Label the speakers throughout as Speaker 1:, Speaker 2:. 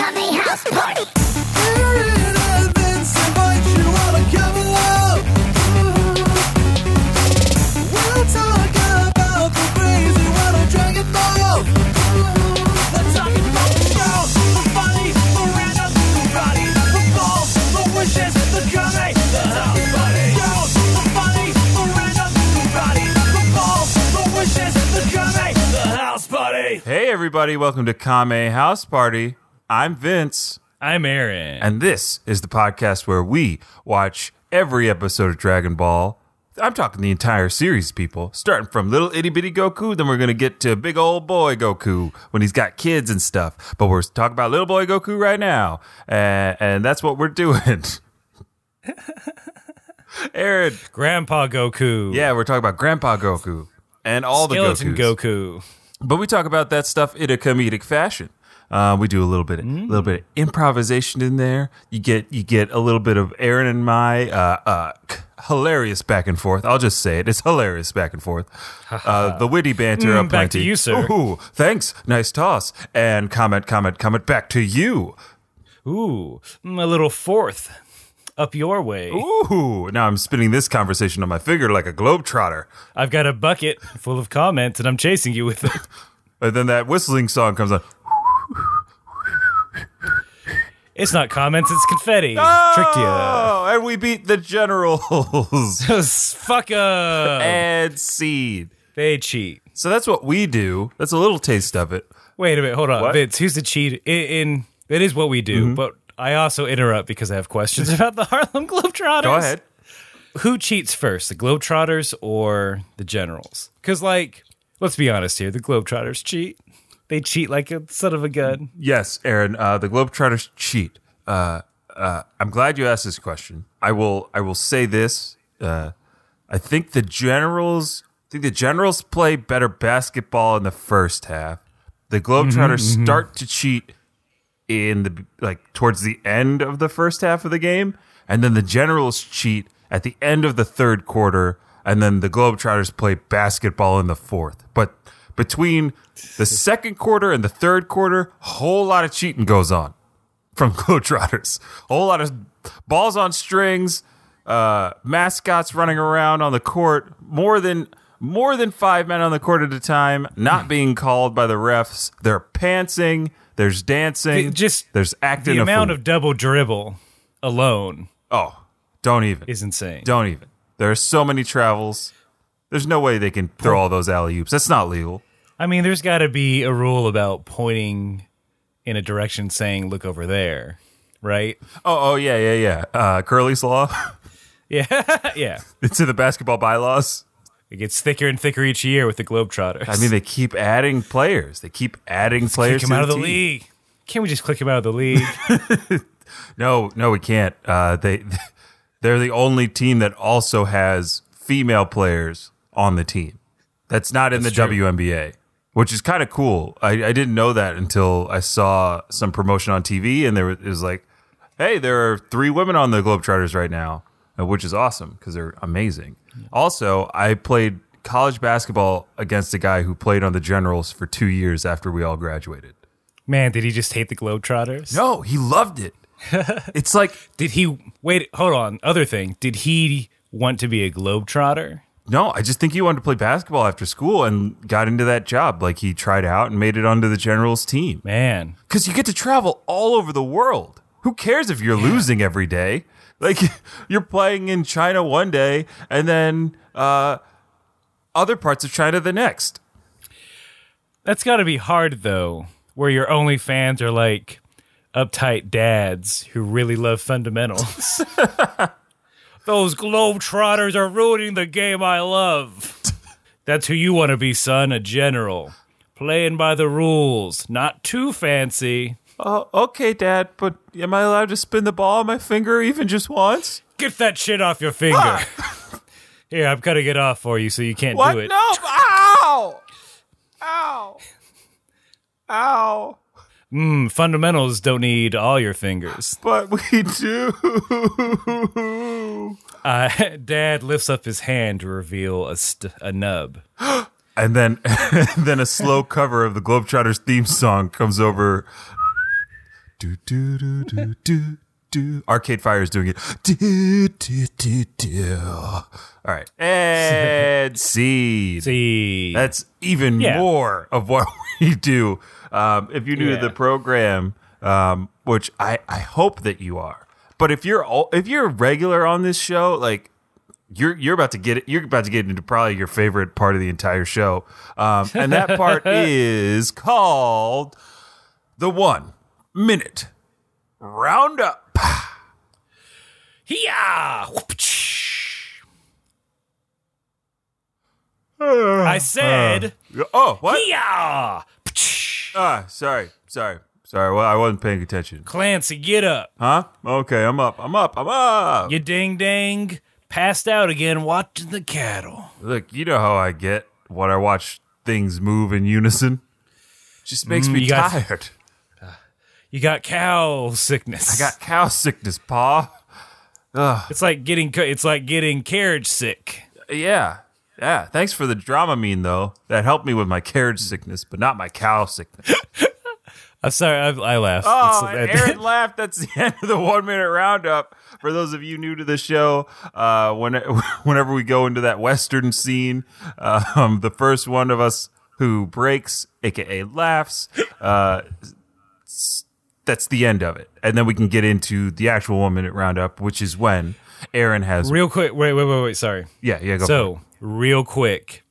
Speaker 1: house party.
Speaker 2: Hey, everybody, welcome to Kame House Party. I'm Vince,
Speaker 3: I'm Aaron.
Speaker 2: and this is the podcast where we watch every episode of Dragon Ball. I'm talking the entire series, people, starting from little itty bitty Goku, then we're going to get to big old boy Goku when he's got kids and stuff. But we're talking about little boy Goku right now, and, and that's what we're doing. Aaron,
Speaker 3: Grandpa Goku.
Speaker 2: yeah, we're talking about Grandpa Goku and all
Speaker 3: Skeleton
Speaker 2: the Gokus.
Speaker 3: Goku.
Speaker 2: But we talk about that stuff in a comedic fashion. Uh, we do a little bit,
Speaker 3: Mm-hmm.
Speaker 2: a little bit of improvisation in there. You get, you get a little bit of Aaron and my uh, uh, k- hilarious back and forth. I'll just say it; it's hilarious back and forth. Uh, the witty banter
Speaker 3: Mm,
Speaker 2: up
Speaker 3: back to
Speaker 2: plenty.
Speaker 3: you, sir.
Speaker 2: Ooh, thanks, nice toss, and comment, comment, comment back to you.
Speaker 3: Ooh, mm, a little fourth up your way.
Speaker 2: Ooh, now I'm spinning this conversation on my finger like a globetrotter.
Speaker 3: I've got a bucket full of comments and I'm chasing you with it.
Speaker 2: And then that whistling song comes on.
Speaker 3: It's not comments, it's confetti. Tricked you.
Speaker 2: Oh, and we beat the generals
Speaker 3: Those
Speaker 2: Eh.
Speaker 3: fucker.
Speaker 2: and seed.
Speaker 3: They cheat.
Speaker 2: So that's what we do. That's a little taste of it.
Speaker 3: Wait a minute, hold on.
Speaker 2: What? Mm-hmm.
Speaker 3: Vince, who's the cheat? In, in It is what we do, but I also interrupt because I have questions about the Harlem Globetrotters.
Speaker 2: Go ahead.
Speaker 3: who cheats first, the Globetrotters or the Generals? Because, like, let's be honest here, the Globetrotters cheat. They cheat like a son of a gun.
Speaker 2: Yes, Aaron. Uh, the Globetrotters cheat. Uh, uh, I'm glad you asked this question. I will. I will say this. Uh, I think the generals. I think the generals play better basketball in the first half. The Globetrotters start to cheat in the like towards the end of the first half of the game, and then the generals cheat at the end of the third quarter, and then the Globetrotters play basketball in the fourth. But between the second quarter and the third quarter, whole lot of cheating goes on from Globetrotters. A whole lot of balls on strings, uh, mascots running around on the court, more than more than five men on the court at a time, not being called by the refs. They're pantsing. There's dancing.
Speaker 3: The- just
Speaker 2: there's acting.
Speaker 3: The
Speaker 2: a
Speaker 3: amount
Speaker 2: fool.
Speaker 3: of double dribble alone
Speaker 2: oh, don't even,
Speaker 3: is insane.
Speaker 2: don't even. There are so many travels. There's no way they can throw all those alley oops. That's not legal.
Speaker 3: I mean, there's got to be a rule about pointing in a direction saying, look over there, right?
Speaker 2: Oh, oh yeah, yeah, yeah. Uh, Curly's law.
Speaker 3: Yeah. Uh, yeah.
Speaker 2: it's in the basketball bylaws.
Speaker 3: It gets thicker and thicker each year with the Globetrotters.
Speaker 2: I mean, they keep adding players. They keep adding players.
Speaker 3: kick him
Speaker 2: to
Speaker 3: out of the
Speaker 2: team.
Speaker 3: league. Can't we just click him out of the league?
Speaker 2: No, no, we can't. Uh, they they're the only team that also has female players on the team. That's not in the
Speaker 3: true.
Speaker 2: WNBA, which is kind of cool. I, I didn't know that until I saw some promotion on TV, and there was, it was like, "Hey, there are three women on the Globetrotters right now," uh, which is awesome because they're amazing. Also, I played college basketball against a guy who played on the Generals for two years after we all graduated.
Speaker 3: Man, did he just hate the Globetrotters?
Speaker 2: No, he loved it. it's like
Speaker 3: Did he wait? Hold on. Other thing. Did he want to be a globetrotter?
Speaker 2: No, I just think he wanted to play basketball after school and got into that job. Like he tried out and made it onto the Generals team.
Speaker 3: Man,
Speaker 2: Because you get to travel all over the world. Who cares if you're losing every day? Like you're playing in China one day and then uh, other parts of China the next.
Speaker 3: that's got to be hard though, where your only fans are like uptight dads who really love fundamentals. Those globetrotters are ruining the game I love. That's who you want to be, son, a general. Playing by the rules, not too fancy.
Speaker 2: Oh, okay, Dad, but am I allowed to spin the ball on my finger even just once?
Speaker 3: Get that shit off your finger. Here, I'm cutting it off for you so you can't
Speaker 2: Ah! What?
Speaker 3: do it.
Speaker 2: No! Ow! Ow! Ow!
Speaker 3: Mm, fundamentals don't need all your fingers.
Speaker 2: But we do.
Speaker 3: Uh, Dad lifts up his hand to reveal a, st- a nub.
Speaker 2: And then, and then a slow cover of the Globetrotters theme song comes over. Do, do, do, do, do, do. Arcade Fire is doing it. Do, do, do, do. All right. And seed.
Speaker 3: See,
Speaker 2: That's even
Speaker 3: Yeah.
Speaker 2: more of what we do. Um, if you're new
Speaker 3: Yeah.
Speaker 2: to the program, um, which I, I hope that you are, but if you're all, if you're a regular on this show, like you're you're about to get it, you're about to get into probably your favorite part of the entire show, um, and that part is called the one minute roundup.
Speaker 3: yeah. I said,
Speaker 2: Oh, what?
Speaker 3: yeah.
Speaker 2: Ah, sorry, sorry, sorry. Well, I wasn't paying attention.
Speaker 3: Clancy, get up.
Speaker 2: Huh? Okay, I'm up. I'm up. I'm up.
Speaker 3: You ding dang passed out again watching the cattle.
Speaker 2: Look, you know how I get when I watch things move in unison. Mm, Just makes me
Speaker 3: you got-
Speaker 2: tired.
Speaker 3: You got cow sickness.
Speaker 2: I got cow sickness, Pa.
Speaker 3: It's like getting co- it's like getting carriage sick.
Speaker 2: Yeah. Yeah. Thanks for the Dramamine, though. That helped me with my carriage sickness, but not my cow sickness.
Speaker 3: I'm sorry, I, I laughed.
Speaker 2: Oh,
Speaker 3: It's- uh,
Speaker 2: and
Speaker 3: that-
Speaker 2: Aaron laughed. That's the end of the one minute roundup. For those of you new to the show, uh, when, whenever we go into that Western scene, uh, um, the first one of us who breaks, aka laughs, uh, s- that's the end of it. And then we can get into the actual one minute roundup, which is when Aaron has.
Speaker 3: real quick, wait, wait, wait, wait. Sorry.
Speaker 2: yeah, yeah, go.
Speaker 3: So real quick,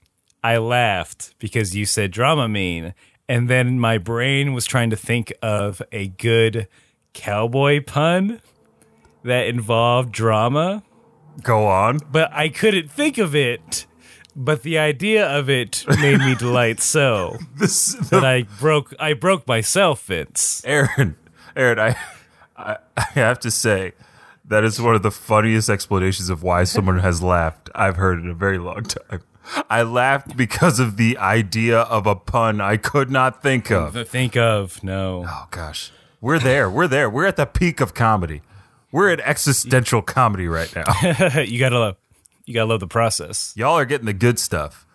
Speaker 3: I laughed because you said Dramamine, and then my brain was trying to think of a good cowboy pun that involved drama.
Speaker 2: go on.
Speaker 3: but I couldn't think of it. But the idea of it made me delight so
Speaker 2: This,
Speaker 3: that I broke I broke myself, Vince.
Speaker 2: Aaron, Aaron, I, I, I have to say that is one of the funniest explanations of why someone has laughed I've heard in a very long time. I laughed because of the idea of a pun I could not think of.
Speaker 3: To think of no.
Speaker 2: Oh gosh, we're there. We're there. We're at the peak of comedy. We're at existential comedy right now.
Speaker 3: you gotta love you gotta love the process.
Speaker 2: Y'all are getting the good stuff,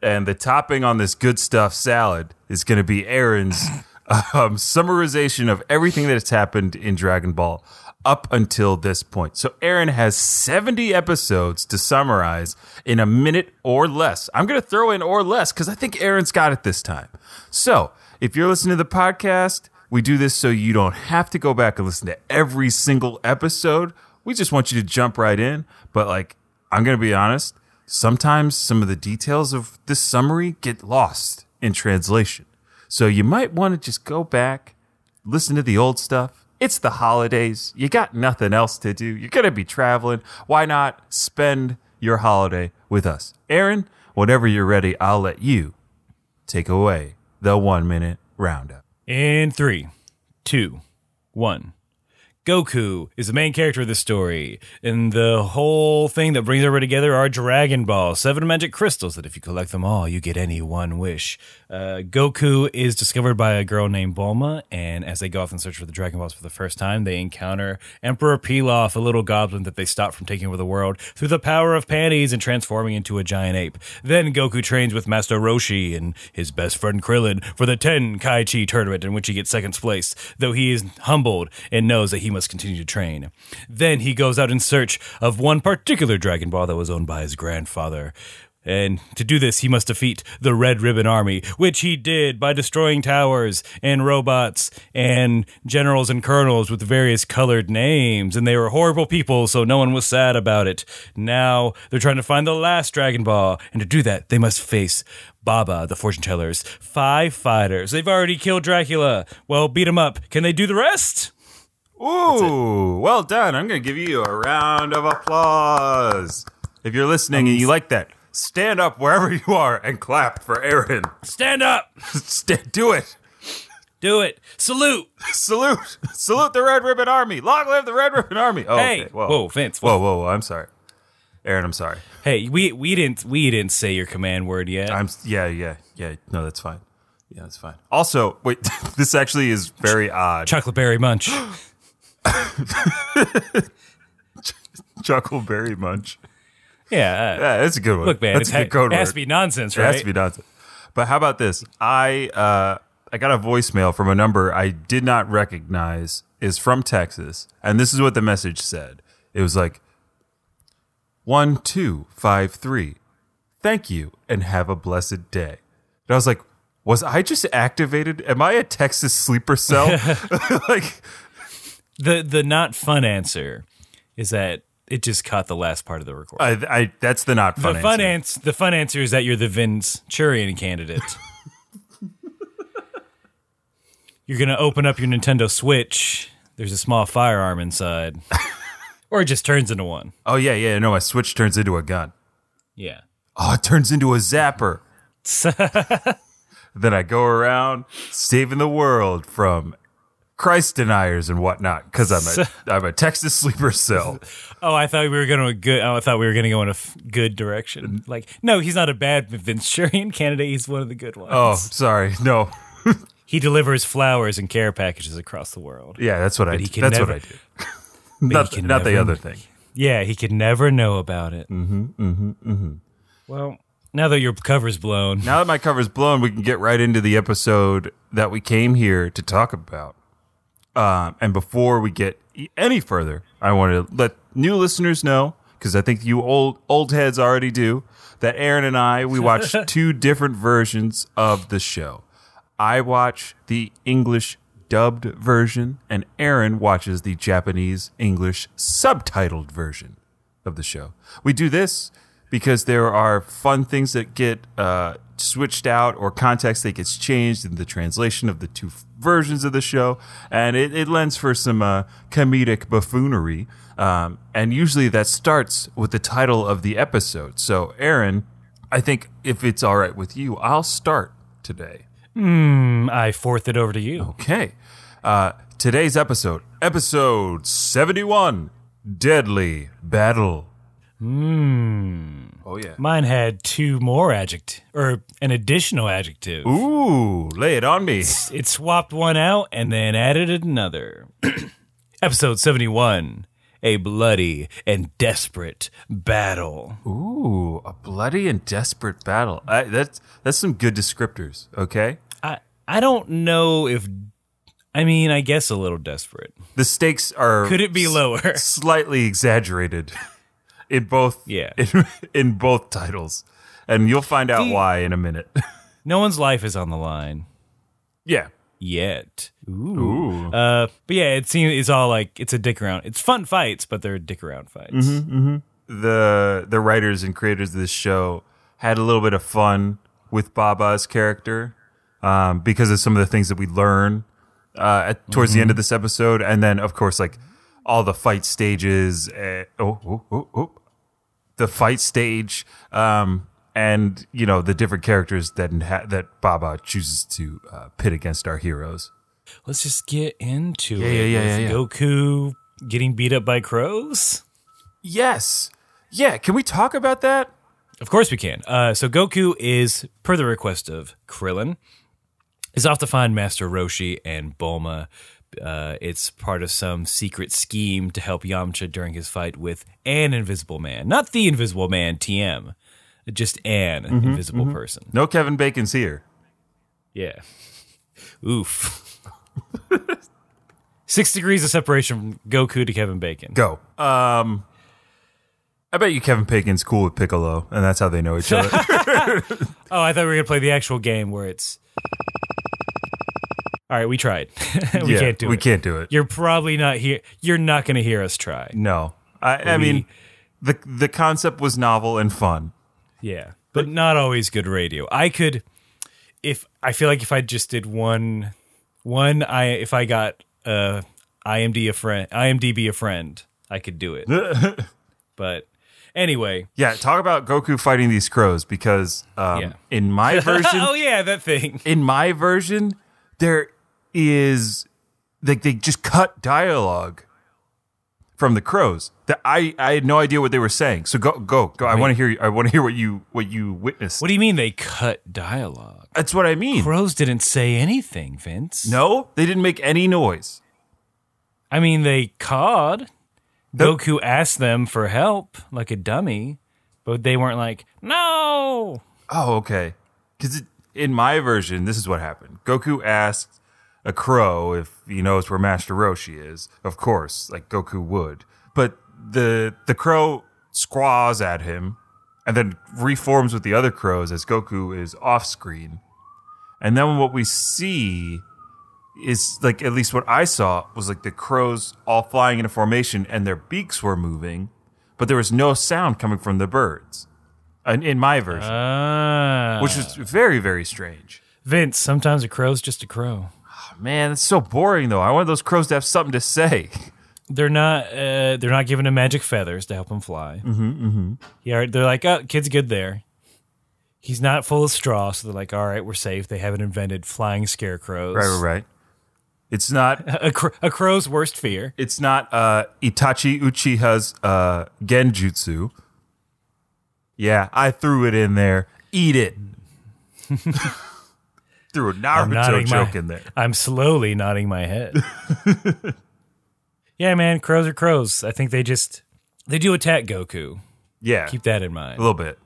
Speaker 2: and the topping on this good stuff salad is going to be Aaron's um, summarization of everything that has happened in Dragon Ball up until this point. So Aaron has 70 episodes to summarize in a minute or less. I'm going to throw in or less because I think Aaron's got it this time. So if you're listening to the podcast, we do this so you don't have to go back and listen to every single episode. We just want you to jump right in. But like, I'm going to be honest. Sometimes some of the details of this summary get lost in translation. So you might want to just go back, listen to the old stuff. It's the holidays. You got nothing else to do. You're going to be traveling. Why not spend your holiday with us? Aaron, whenever you're ready, I'll let you take away the one minute roundup.
Speaker 3: In three, two, one. Goku is the main character of this story, and the whole thing that brings everybody together are Dragon Ball, seven magic crystals that if you collect them all, you get any one wish. Uh, Goku is discovered by a girl named Bulma, and as they go off in search for the Dragon Balls for the first time, they encounter Emperor Pilaf, a little goblin that they stop from taking over the world through the power of panties and transforming into a giant ape. Then Goku trains with Master Roshi and his best friend Krillin for the Ten Kai Chi tournament, in which he gets second place, though he is humbled and knows that he must continue to train. Then he goes out in search of one particular Dragon Ball that was owned by his grandfather. And to do this, he must defeat the Red Ribbon Army, which he did by destroying towers and robots and generals and colonels with various colored names. And they were horrible people, so no one was sad about it. Now they're trying to find the last Dragon Ball, and to do that, they must face Baba, the fortune tellers, five fighters. They've already killed Dracula. Well, beat him up. Can they do the rest?
Speaker 2: Ooh, well done. I'm going to give you a round of applause. If you're listening and you like that, stand up wherever you are and clap for Aaron.
Speaker 3: Stand up.
Speaker 2: St- do it.
Speaker 3: Do it. Salute.
Speaker 2: Salute. Salute the Red Ribbon Army. Long live the Red Ribbon Army. Oh,
Speaker 3: Hey.
Speaker 2: okay.
Speaker 3: Whoa.
Speaker 2: Whoa.
Speaker 3: Vince.
Speaker 2: whoa, whoa, whoa. I'm sorry. Aaron, I'm sorry.
Speaker 3: Hey, we we didn't we didn't say your command word yet.
Speaker 2: I'm yeah, yeah, yeah. No, that's fine. Yeah, that's fine. Also, wait, this actually is very odd.
Speaker 3: Chocolate berry munch.
Speaker 2: Chuckle very much.
Speaker 3: yeah. Uh,
Speaker 2: Yeah, that's a good one.
Speaker 3: look, man,
Speaker 2: that's
Speaker 3: it's
Speaker 2: a
Speaker 3: ha-
Speaker 2: good code
Speaker 3: it has
Speaker 2: word.
Speaker 3: to be nonsense,
Speaker 2: It
Speaker 3: right?
Speaker 2: has to be nonsense. But how about this? I uh, I I got a voicemail from a number I did not recognize is from Texas, and this is what the message said. It was like one two five three. Thank you and have a blessed day. And I was like, was I just activated? Am I a Texas sleeper cell? like,
Speaker 3: The the not fun answer is that it just caught the last part of the recording.
Speaker 2: I, I that's the not Uh, fun.
Speaker 3: the fun
Speaker 2: answer.
Speaker 3: ans- the fun answer is that you're the Venturian candidate. you're gonna open up your Nintendo Switch. There's a small firearm inside, or it just turns into one.
Speaker 2: Oh yeah, yeah. No, my switch turns into a gun.
Speaker 3: Yeah,
Speaker 2: Oh, it turns into a zapper. then I go around saving the world from Christ deniers and whatnot because I'm a I'm a Texas sleeper cell.
Speaker 3: Oh, I thought we were going to a good. Oh, I thought we were going to go in a f- good direction. Like, no, he's not a bad Venturian candidate. He's one of the good ones.
Speaker 2: Oh, sorry. No.
Speaker 3: He delivers flowers and care packages across the world.
Speaker 2: Yeah, that's what I.
Speaker 3: he
Speaker 2: Do.
Speaker 3: can
Speaker 2: That's what
Speaker 3: never-
Speaker 2: I do. not
Speaker 3: can
Speaker 2: not the
Speaker 3: never-
Speaker 2: other thing.
Speaker 3: Yeah, he could never know about it. Mm-hmm. Mm-hmm. Mm-hmm. Well, now that your cover's blown,
Speaker 2: Now that my cover's blown, we can get right into the episode that we came here to talk about. Um, and before we get e- any further, I want to let new listeners know because I think you old old heads already do that. Aaron and I we watched two different versions of the show. I watch the English dubbed version, and Aaron watches the Japanese English subtitled version of the show. We do this because there are fun things that get uh, switched out or context that gets changed in the translation of the two f- versions of the show, and it, it lends for some uh, comedic buffoonery. Um, and usually that starts with the title of the episode. So, Aaron, I think if it's all right with you, I'll start today.
Speaker 3: I forth it over to you.
Speaker 2: Okay. Uh, today's episode, episode 71 Deadly Battle. Hmm. Oh, yeah.
Speaker 3: Mine had two more adject or an additional adjective.
Speaker 2: Ooh, lay it on me.
Speaker 3: It swapped one out and then added another. Episode 71 A Bloody and Desperate Battle.
Speaker 2: Ooh, a bloody and desperate battle. I, that's that's some good descriptors. Okay,
Speaker 3: I, I don't know if. I mean, I guess a little desperate.
Speaker 2: the stakes are
Speaker 3: Could it be
Speaker 2: s-
Speaker 3: lower?
Speaker 2: slightly exaggerated in both.
Speaker 3: Yeah.
Speaker 2: in, in both titles, and you'll find out
Speaker 3: The-
Speaker 2: why in a minute.
Speaker 3: No one's life is on the line
Speaker 2: yeah.
Speaker 3: yet.
Speaker 2: Ooh.
Speaker 3: Uh, but yeah, it seems it's all like it's a dick around. It's fun fights, but they're dick around fights.
Speaker 2: Mm-hmm. the the writers and creators of this show had a little bit of fun with Baba's character um, because of some of the things that we learn uh, at, towards the end of this episode, and then of course like all the fight stages. Uh, oh, oh, oh, oh, the fight stage, um, and you know the different characters that inha- that Baba chooses to uh, pit against our heroes.
Speaker 3: Let's just get into
Speaker 2: yeah,
Speaker 3: it.
Speaker 2: yeah,
Speaker 3: with
Speaker 2: yeah, yeah.
Speaker 3: Goku getting beat up by crows.
Speaker 2: Yes, yeah. Can we talk about that?
Speaker 3: Of course we can. Uh, so Goku is, per the request of Krillin, is off to find Master Roshi and Bulma. Uh, it's part of some secret scheme to help Yamcha during his fight with an Invisible Man, not the Invisible Man, TM, just an
Speaker 2: Mm-hmm,
Speaker 3: Invisible person.
Speaker 2: No, Kevin Bacon's here.
Speaker 3: Yeah. Oof. Six degrees of separation from Goku to Kevin Bacon.
Speaker 2: Go. Um, I bet you Kevin Bacon's cool with Piccolo, and that's how they know each other.
Speaker 3: Oh, I thought we were gonna play the actual game where it's. All right, we tried. we
Speaker 2: Yeah,
Speaker 3: can't do
Speaker 2: we
Speaker 3: it.
Speaker 2: can't do it.
Speaker 3: You're probably not here. You're not gonna hear us try.
Speaker 2: no, I, I mean,
Speaker 3: We-
Speaker 2: the the concept was novel and fun.
Speaker 3: Yeah, but not always good radio. I could, if I feel like if I just did one, one I if I got uh IMD a friend, IMDb a friend, I could do it. but anyway,
Speaker 2: Yeah, talk about Goku fighting these crows because um,
Speaker 3: Yeah.
Speaker 2: in my version,
Speaker 3: oh yeah, that thing.
Speaker 2: in my version, there is like they just cut dialogue from the crows. That I I had no idea what they were saying. So go go go. I want to hear you- I want to hear what you what you witnessed.
Speaker 3: What do you mean they cut dialogue?
Speaker 2: that's what I mean.
Speaker 3: Crows didn't say anything, Vince.
Speaker 2: no, they didn't make any noise.
Speaker 3: I mean, they cawed.
Speaker 2: Nope.
Speaker 3: Goku asked them for help like a dummy, but they weren't like, no.
Speaker 2: Oh, okay. Because it, in my version, this is what happened. Goku asked a crow if he knows where Master Roshi is. Of course, like Goku would. But the the crow squaws at him and then reforms with the other crows as Goku is off screen. And then what we see is like at least what I saw was like the crows all flying in a formation and their beaks were moving, but there was no sound coming from the birds. In, in my version,
Speaker 3: Ah.
Speaker 2: which was very very strange.
Speaker 3: Vince, sometimes a crow's just a crow.
Speaker 2: Man, it's so boring though. I wanted those crows to have something to say.
Speaker 3: They're not. Uh, they're not given him magic feathers to help him fly. Mm-hmm, mm-hmm. Yeah, they're like, oh, kid's good there. He's not full of straw, so they're like, all right, we're safe. They haven't invented flying scarecrows.
Speaker 2: Right, right, right. It's not.
Speaker 3: A, cr- a crow's worst fear.
Speaker 2: It's not uh, Itachi Uchiha's uh, genjutsu. Yeah, I threw it in there. Eat it. threw a Naruto
Speaker 3: nodding my-
Speaker 2: joke in there.
Speaker 3: I'm slowly nodding my head. yeah, man, crows are crows. I think they just they do attack Goku.
Speaker 2: Yeah,
Speaker 3: Keep that in
Speaker 2: a
Speaker 3: mind.
Speaker 2: little bit.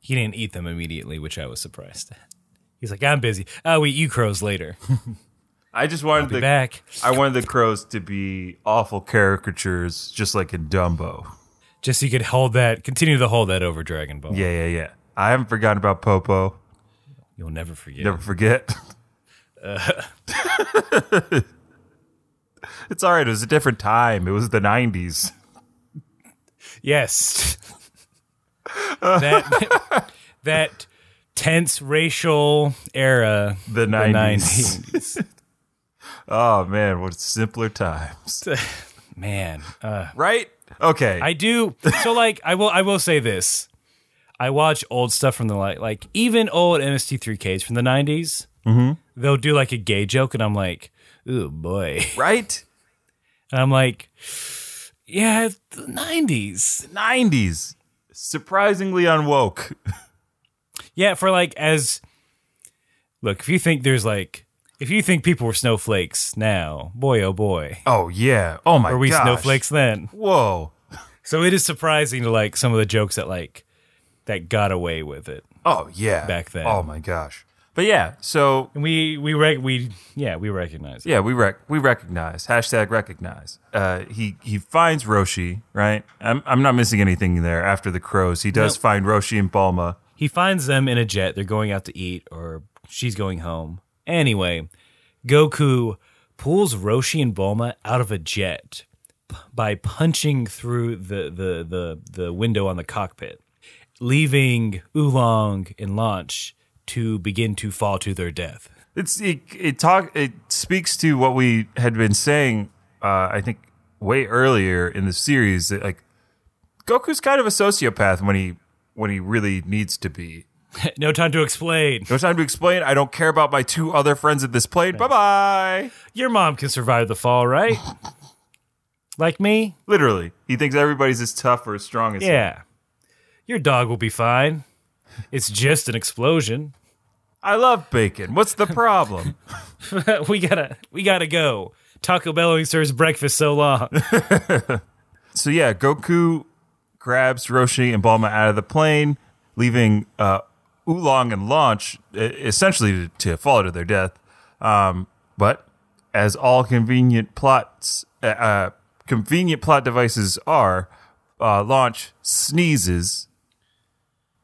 Speaker 3: He didn't eat them immediately, which I was surprised at. He's like, I'm busy. I'll eat you crows later.
Speaker 2: I just wanted
Speaker 3: Be
Speaker 2: the
Speaker 3: back.
Speaker 2: I wanted the crows to be awful caricatures, just like in Dumbo.
Speaker 3: Just so you could hold that, continue to hold that over Dragon Ball.
Speaker 2: Yeah, yeah, yeah. I haven't forgotten about Popo.
Speaker 3: You'll never forget.
Speaker 2: Never forget. it's all right. It was a different time. It was the '90s.
Speaker 3: Yes. that that tense racial era.
Speaker 2: The 90s.
Speaker 3: 90s.
Speaker 2: Oh man, what simpler times,
Speaker 3: Man. Uh,
Speaker 2: right? Okay.
Speaker 3: I do. So like I will I will say this. I watch old stuff from the like like even old MST3Ks from the 90s. Mm-hmm. They'll do like a gay joke and I'm like, "Ooh boy."
Speaker 2: right?
Speaker 3: And I'm like, "Yeah, it's the 90s."
Speaker 2: '90s. Surprisingly unwoke.
Speaker 3: Yeah, for like as Look, if you think there's like if you think people were snowflakes now, boy oh boy.
Speaker 2: Oh yeah. Oh my.
Speaker 3: Were we
Speaker 2: gosh.
Speaker 3: snowflakes then?
Speaker 2: Whoa.
Speaker 3: So it is surprising to like some of the jokes that like that got away with it.
Speaker 2: Oh yeah.
Speaker 3: Back then.
Speaker 2: Oh my gosh. But yeah. So
Speaker 3: And we we rec- we yeah, we recognize it.
Speaker 2: Yeah, we rec- we recognize hashtag recognize. Uh, he he finds Roshi right. I'm I'm not missing anything there. After the crows, he does
Speaker 3: Nope.
Speaker 2: find Roshi and Balma.
Speaker 3: He finds them in a jet. They're going out to eat, or she's going home. Anyway, Goku pulls Roshi and Bulma out of a jet p- by punching through the, the, the, the window on the cockpit, leaving Oolong and Launch to begin to fall to their death.
Speaker 2: It's it, it talk it speaks to what we had been saying. Uh, I think way earlier in the series that like Goku's kind of a sociopath when he when he really needs to be.
Speaker 3: no time to explain.
Speaker 2: No time to explain. I don't care about my two other friends at this plane. Bye bye.
Speaker 3: Your mom can survive the fall, right? like me?
Speaker 2: Literally, he thinks everybody's as tough or as strong as him.
Speaker 3: Yeah. Your dog will be fine. It's just an explosion.
Speaker 2: I love bacon. What's the problem?
Speaker 3: we gotta we gotta go. Taco Bell only serves breakfast so long.
Speaker 2: So yeah, Goku grabs Roshi and Balma out of the plane, leaving uh, Oolong and Launch e- essentially to, to fall to their death. Um, but as all convenient plots, uh, uh, convenient plot devices are, uh, Launch sneezes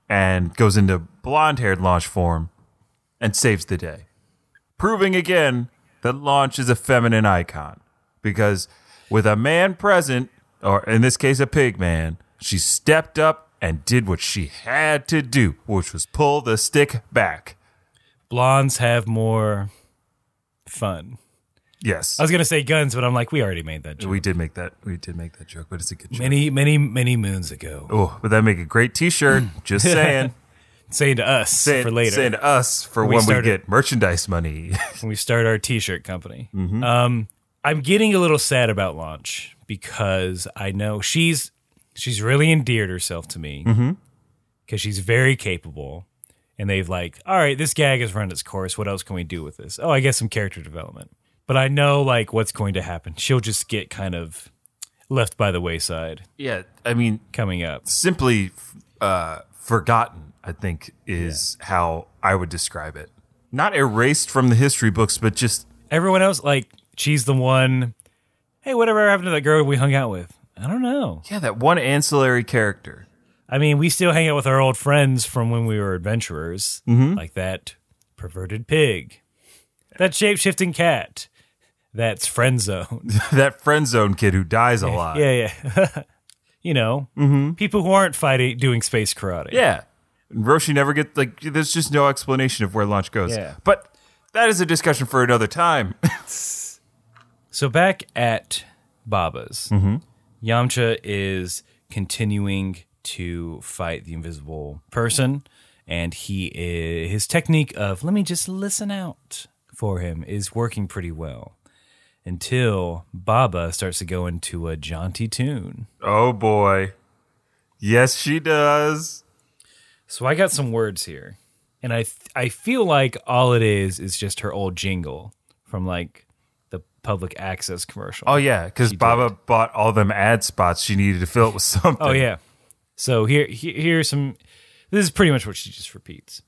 Speaker 2: and goes into blonde-haired Launch form and saves the day, proving again that Launch is a feminine icon because with a man present, or in this case, a pig man, she stepped up and did what she had to do, which was pull the stick back.
Speaker 3: Blondes have more fun.
Speaker 2: Yes,
Speaker 3: I was gonna say guns, but I'm like, we already made that joke.
Speaker 2: we did make that. We did make that joke, but it's a good joke.
Speaker 3: Many, many, many moons ago.
Speaker 2: Oh, would that make a great T-shirt? Just saying.
Speaker 3: Saying to us
Speaker 2: saying
Speaker 3: for later
Speaker 2: Saying to us for
Speaker 3: We
Speaker 2: when
Speaker 3: started-
Speaker 2: we get merchandise money.
Speaker 3: when we start our t-shirt company. Um, I'm getting a little sad about launch because I know she's she's really endeared herself to me because she's very capable. And they've like, all right, this gag has run its course. What else can we do with this? Oh, I guess some character development. But I know like what's going to happen. She'll just get kind of left by the wayside
Speaker 2: yeah, I mean,
Speaker 3: coming up.
Speaker 2: simply uh, forgotten. I think is how I would describe it. not erased from the history books, but just
Speaker 3: Everyone else, like, she's the one. Hey, whatever happened to that girl we hung out with? I don't know.
Speaker 2: yeah, that one ancillary character.
Speaker 3: I mean, we still hang out with our old friends from when we were adventurers, like that perverted pig, that shape shifting cat. That's friend zone.
Speaker 2: that friend zone kid who dies a lot.
Speaker 3: yeah, yeah. you know, mm-hmm. people who aren't fighting doing space karate.
Speaker 2: Yeah. And Roshi never gets like there's just no explanation of where launch goes.
Speaker 3: Yeah.
Speaker 2: But that is a discussion for another time.
Speaker 3: So back at Baba's, Yamcha is continuing to fight the invisible person, and he is, his technique of let me just listen out for him is working pretty well. Until Baba starts to go into a jaunty tune.
Speaker 2: oh boy. Yes, she does.
Speaker 3: So I got some words here, and I th- I feel like all it is is just her old jingle from like the public access commercial.
Speaker 2: Oh yeah, because Baba bought all them ad spots she needed to fill it with something.
Speaker 3: Oh yeah. So here, he- here's some. This is pretty much what she just repeats.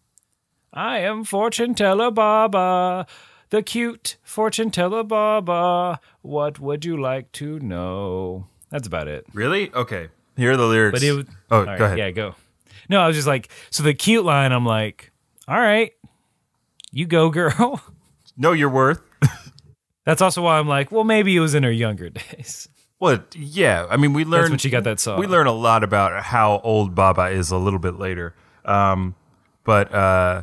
Speaker 3: I am fortune teller Baba, the cute fortune teller Baba. What would you like to know? That's about it.
Speaker 2: Really? Okay. Here are the lyrics.
Speaker 3: But it. would-
Speaker 2: oh,
Speaker 3: all
Speaker 2: go
Speaker 3: right,
Speaker 2: ahead.
Speaker 3: Yeah, go. No, I was just like, so the cute line. I'm like, all right, you go, girl.
Speaker 2: Know your worth.
Speaker 3: That's also why I'm like, well, maybe it was in her younger days.
Speaker 2: Well, yeah. I mean, we learn.
Speaker 3: That's when she got that song.
Speaker 2: We learn a lot about how old Baba is a little bit later. Um, but uh,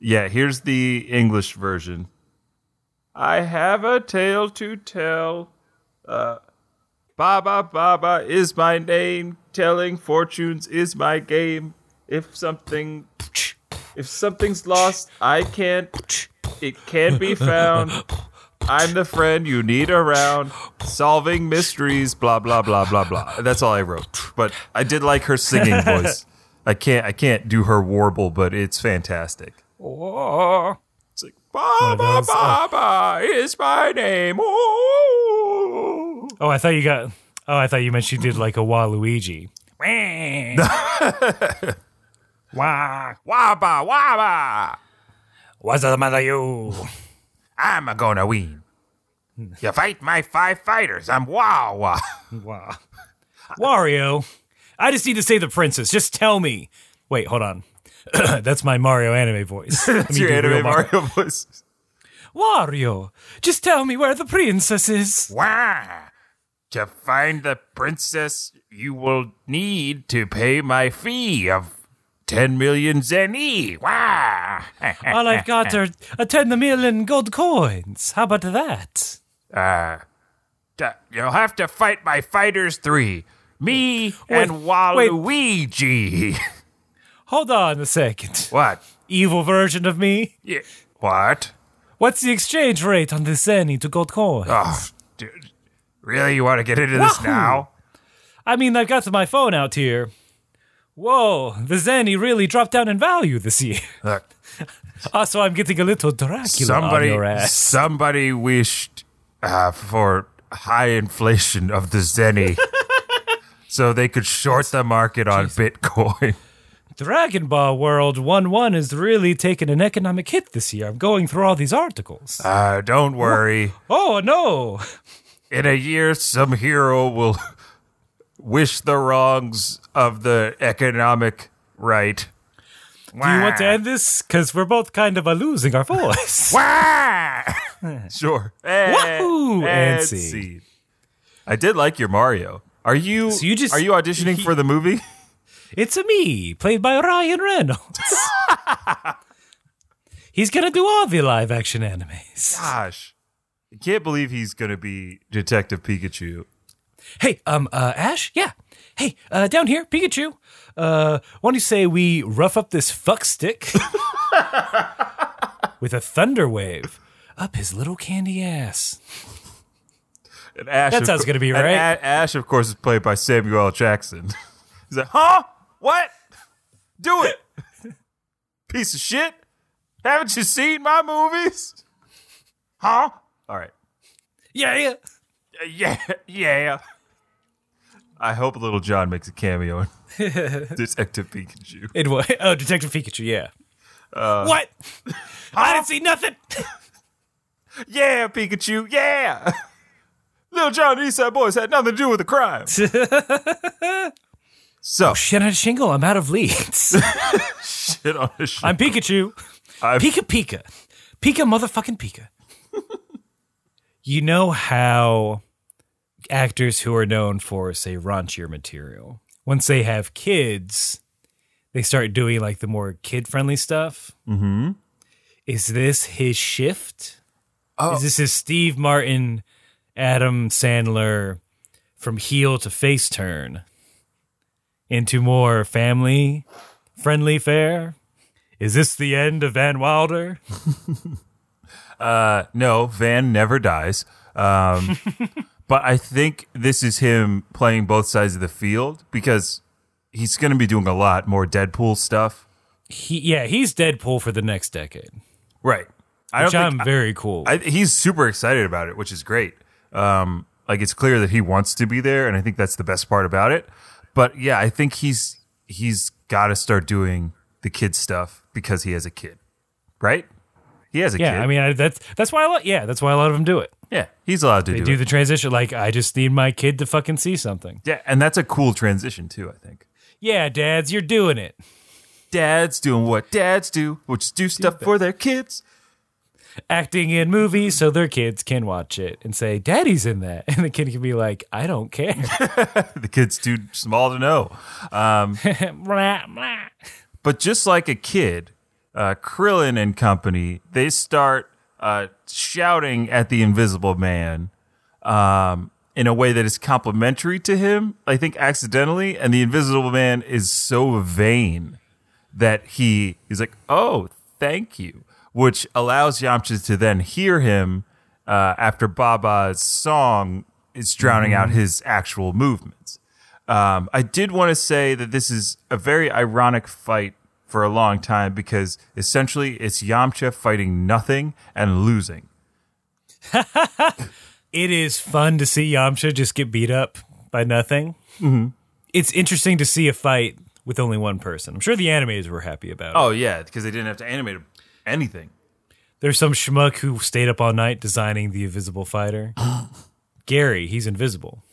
Speaker 2: yeah, here's the English version. I have a tale to tell. Uh, Baba Baba is my name. Telling fortunes is my game. If something, if something's lost, I can't. It can be found. I'm the friend you need around, solving mysteries. Blah blah blah blah blah. That's all I wrote. But I did like her singing voice. I can't. I can't do her warble, but it's fantastic.
Speaker 3: Whoa.
Speaker 2: It's like Baba
Speaker 3: that was-
Speaker 2: uh,
Speaker 3: oh.
Speaker 2: Baba is my name. Ooh.
Speaker 3: Oh, I thought you got. Oh, I thought you meant she did like a Waluigi. Wah.
Speaker 2: Waba Waba.
Speaker 3: What's the matter, you?
Speaker 2: I'm a gonna win. You fight my five fighters. I'm Wawa.
Speaker 3: Wah. Wario, I just need to save the princess. Just tell me. Wait, hold on. That's my Mario anime voice. That's
Speaker 2: It's your anime Mario voice.
Speaker 3: Wario, just tell me where the princess is.
Speaker 2: Why? To find the princess, you will need to pay my fee of 10 million zenny. Why?
Speaker 3: All I've got are a ten million gold coins. How about that?
Speaker 2: T- You'll have to fight my fighters three. Me and
Speaker 3: wait.
Speaker 2: Waluigi.
Speaker 3: Hold on a second.
Speaker 2: What?
Speaker 3: Evil version of me.
Speaker 2: Yeah. What?
Speaker 3: What's the exchange rate on the zenny to gold coin?
Speaker 2: Oh, dude. Really? You want to get into this
Speaker 3: Wahoo.
Speaker 2: now?
Speaker 3: I mean, I've got my phone out here. Whoa, the zenny really dropped down in value this year.
Speaker 2: Look,
Speaker 3: Also, I'm getting a little Dracula on your
Speaker 2: somebody,
Speaker 3: ass.
Speaker 2: somebody wished uh, for high inflation of the zenny, so they could short the market on Bitcoin.
Speaker 3: Dragon Ball World 1 1 is really taking an economic hit this year. I'm going through all these articles.
Speaker 2: Uh, don't worry,
Speaker 3: oh, no.
Speaker 2: in a year, some hero will wish the wrongs of the economic right.
Speaker 3: Do you want to end this? Because we're both kind of uh, losing our voice.
Speaker 2: sure. And-
Speaker 3: Wahoo!
Speaker 2: and
Speaker 3: And scene.
Speaker 2: scene. I did like your Mario. Are you,
Speaker 3: So you just-
Speaker 2: are you auditioning for the movie?
Speaker 3: It's a me, played by Ryan Reynolds. He's going to do all the live action animes.
Speaker 2: gosh. I can't believe he's going to be Detective Pikachu.
Speaker 3: Hey, um, uh, Ash, yeah. Hey, uh, down here, Pikachu. Uh, why don't you say we rough up this fuck stick with a thunder wave up his little candy ass?
Speaker 2: And Ash,
Speaker 3: That
Speaker 2: of
Speaker 3: sounds
Speaker 2: cour-
Speaker 3: gonna be
Speaker 2: and
Speaker 3: right.
Speaker 2: A- Ash, of course, is played by Samuel L. Jackson. he's like, huh? What? Do it. Piece of shit. Haven't you seen my movies? Huh? All right.
Speaker 3: Yeah, yeah.
Speaker 2: Uh, Yeah, yeah. I hope Little John makes a cameo in Detective Pikachu.
Speaker 3: It was, oh, Detective Pikachu, yeah. what? I didn't see nothing.
Speaker 2: Yeah, Pikachu. Yeah. Little John and Eastside Boys had nothing to do with the crime. so
Speaker 3: Oh, Shit on a shingle. I'm out of leads.
Speaker 2: shit on his shit.
Speaker 3: I'm Pikachu.
Speaker 2: I've-
Speaker 3: Pika Pika. Pika motherfucking Pika. you know how actors who are known for, say, raunchier material, once they have kids, they start doing like the more kid friendly stuff. Mm-hmm. Is this his shift?
Speaker 2: Oh.
Speaker 3: Is this his Steve Martin, Adam Sandler from heel to face turn into more family friendly fare? Is this the end of Van Wilder?
Speaker 2: Uh, no, Van never dies. Um, but I think this is him playing both sides of the field because he's going to be doing a lot more Deadpool stuff.
Speaker 3: He, yeah, he's Deadpool for the next decade,
Speaker 2: Right. I
Speaker 3: which
Speaker 2: don't
Speaker 3: I'm
Speaker 2: think,
Speaker 3: very cool.
Speaker 2: I, he's super excited about it, which is great. Um, like it's clear that he wants to be there, and I think that's the best part about it. But yeah, I think he's he's got to start doing the kid stuff because he has a kid, right? He has a
Speaker 3: yeah,
Speaker 2: kid.
Speaker 3: I mean I, that's that's why a lot. Yeah, that's why a lot of them do it.
Speaker 2: yeah, he's allowed to
Speaker 3: They
Speaker 2: do,
Speaker 3: do
Speaker 2: it.
Speaker 3: the transition. Like I just need my kid to fucking see something.
Speaker 2: yeah, and that's a cool transition too. I think.
Speaker 3: Yeah, dads, you're doing it.
Speaker 2: dads doing what dads do, which is do stuff for their kids.
Speaker 3: Acting in movies so their kids can watch it and say, "Daddy's in that," and the kid can be like, "I don't care."
Speaker 2: The kids too small to know.
Speaker 3: Blah, blah.
Speaker 2: But just like a kid, uh, Krillin and company, they start uh, shouting at the Invisible Man um, in a way that is complimentary to him. I think accidentally, and the Invisible Man is so vain that he is like, "Oh, thank you," which allows Yamcha to then hear him uh, after Baba's song is drowning out his actual movements. Um, I did want to say that this is a very ironic fight for a long time because essentially it's Yamcha fighting nothing and losing.
Speaker 3: it is fun to see Yamcha just get beat up by nothing. Mm-hmm. It's interesting to see a fight with only one person. I'm sure the animators were happy about it.
Speaker 2: Oh yeah, because they didn't have to animate anything.
Speaker 3: There's some schmuck who stayed up all night designing the invisible fighter. Gary, he's invisible.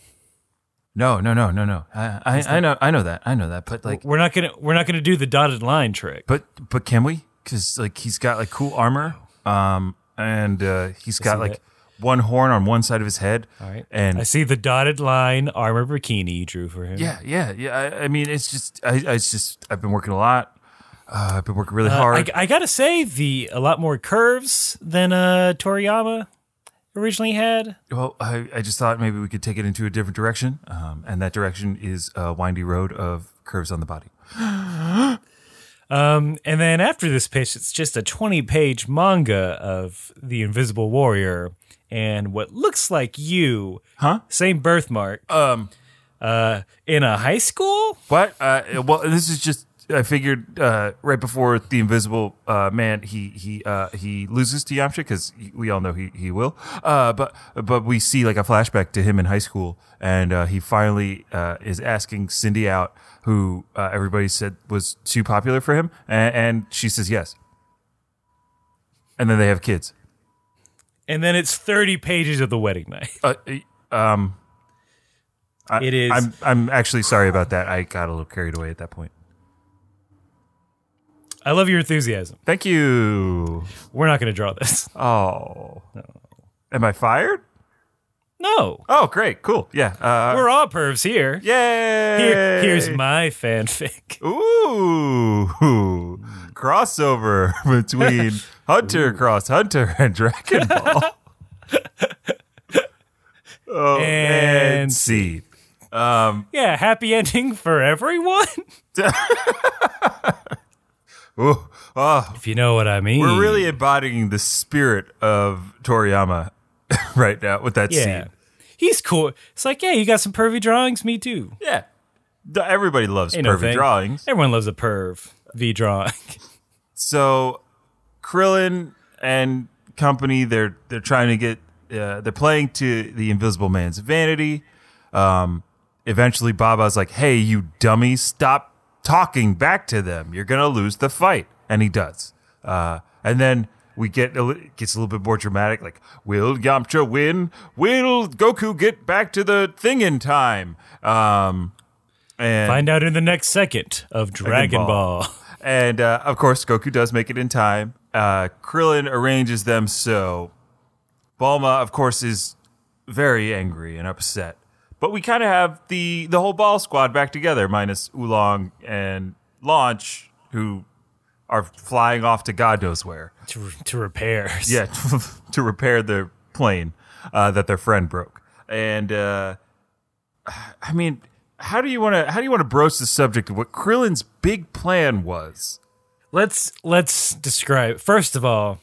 Speaker 2: No, no, no, no, no. I, I, I know, I know that, I know that. But like,
Speaker 3: We're not gonna we're not gonna do the dotted line trick.
Speaker 2: but but can we? Because like he's got like cool armor, um, and uh, he's got like
Speaker 3: that.
Speaker 2: one horn on one side of his head.
Speaker 3: All right.
Speaker 2: and
Speaker 3: I see the dotted line armor bikini you drew for him.
Speaker 2: yeah, yeah, yeah. I, I mean, it's just, I, I it's just, I've been working a lot. Uh, I've been working really
Speaker 3: Uh,
Speaker 2: hard.
Speaker 3: I, I gotta say the a lot more curves than uh Toriyama originally had.
Speaker 2: Well, I, I just thought maybe we could take it into a different direction, um, and that direction is a windy road of curves on the body.
Speaker 3: Um, and then after this pitch, it's just a 20 page manga of The Invisible Warrior and what looks like you,
Speaker 2: Huh?
Speaker 3: same birthmark, um, uh, in a high school?
Speaker 2: But uh, well, this is just I figured uh, right before the Invisible uh, Man he he uh, he loses to Yamcha because we all know he he will. Uh, but but we see like a flashback to him in high school, and uh, he finally uh, is asking Cindy out, who uh, everybody said was too popular for him, and, and she says yes, and then they have kids.
Speaker 3: And then it's 30 pages of the wedding night.
Speaker 2: Uh, um, I,
Speaker 3: It is-
Speaker 2: I'm I'm actually sorry about that. I got a little carried away at that point.
Speaker 3: I love your enthusiasm.
Speaker 2: Thank you.
Speaker 3: We're not going to draw this.
Speaker 2: Oh, am I fired?
Speaker 3: No.
Speaker 2: Oh, great, cool. Yeah. Uh,
Speaker 3: We're all pervs here.
Speaker 2: yay.
Speaker 3: Here- here's my fanfic.
Speaker 2: Ooh, crossover between Hunter Cross Hunter and Dragon Ball. oh, and,
Speaker 3: And
Speaker 2: seed.
Speaker 3: Yeah, happy ending for everyone.
Speaker 2: Ooh, oh,
Speaker 3: If you know what I mean.
Speaker 2: We're really embodying the spirit of Toriyama right now with that
Speaker 3: yeah.
Speaker 2: scene.
Speaker 3: He's cool. It's like, yeah, you got some pervy drawings? Me too.
Speaker 2: Yeah. D- Everybody loves
Speaker 3: Ain't no
Speaker 2: perfect
Speaker 3: thing.
Speaker 2: drawings.
Speaker 3: Everyone loves a perv V drawing.
Speaker 2: So Krillin and company, they're they're trying to get uh, they're playing to the Invisible Man's vanity. Um, eventually, Baba's like, "Hey, you dummy, stop talking back to them. You're gonna lose the fight," and he does. Uh, and then we get a li- gets a little bit more dramatic. Like, will Yamcha win? Will Goku get back to the thing in time? Um, and
Speaker 3: Find out in the next second of Dragon Ball.
Speaker 2: and uh, of course, Goku does make it in time. Uh, Krillin arranges them so Balma, of course, is very angry and upset. But we kind of have the the whole ball squad back together, minus Oolong and Launch, who are flying off to God knows where.
Speaker 3: to, to repair.
Speaker 2: Yeah, to, to repair the plane uh, that their friend broke. And uh, I mean, how do you want to how do you want to broach the subject of what Krillin's big plan was?
Speaker 3: Let's let's describe. First of all,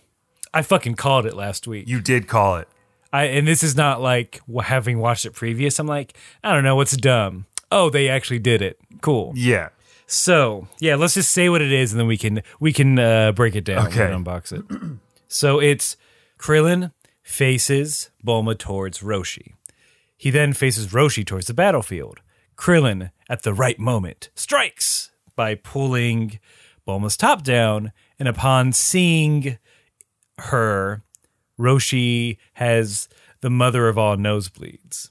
Speaker 3: I fucking called it last week.
Speaker 2: You did call it.
Speaker 3: I and this is not like w- having watched it previous. I'm like, I don't know what's dumb. Oh, they actually did it. Cool.
Speaker 2: Yeah.
Speaker 3: So yeah, let's just say what it is, and then we can we can uh, break it down
Speaker 2: Okay.
Speaker 3: and unbox it. so it's Krillin faces Bulma towards Roshi. He then faces Roshi towards the battlefield. Krillin, at the right moment, strikes by pulling Bulma's top down, and upon seeing her, Roshi has the mother of all nosebleeds.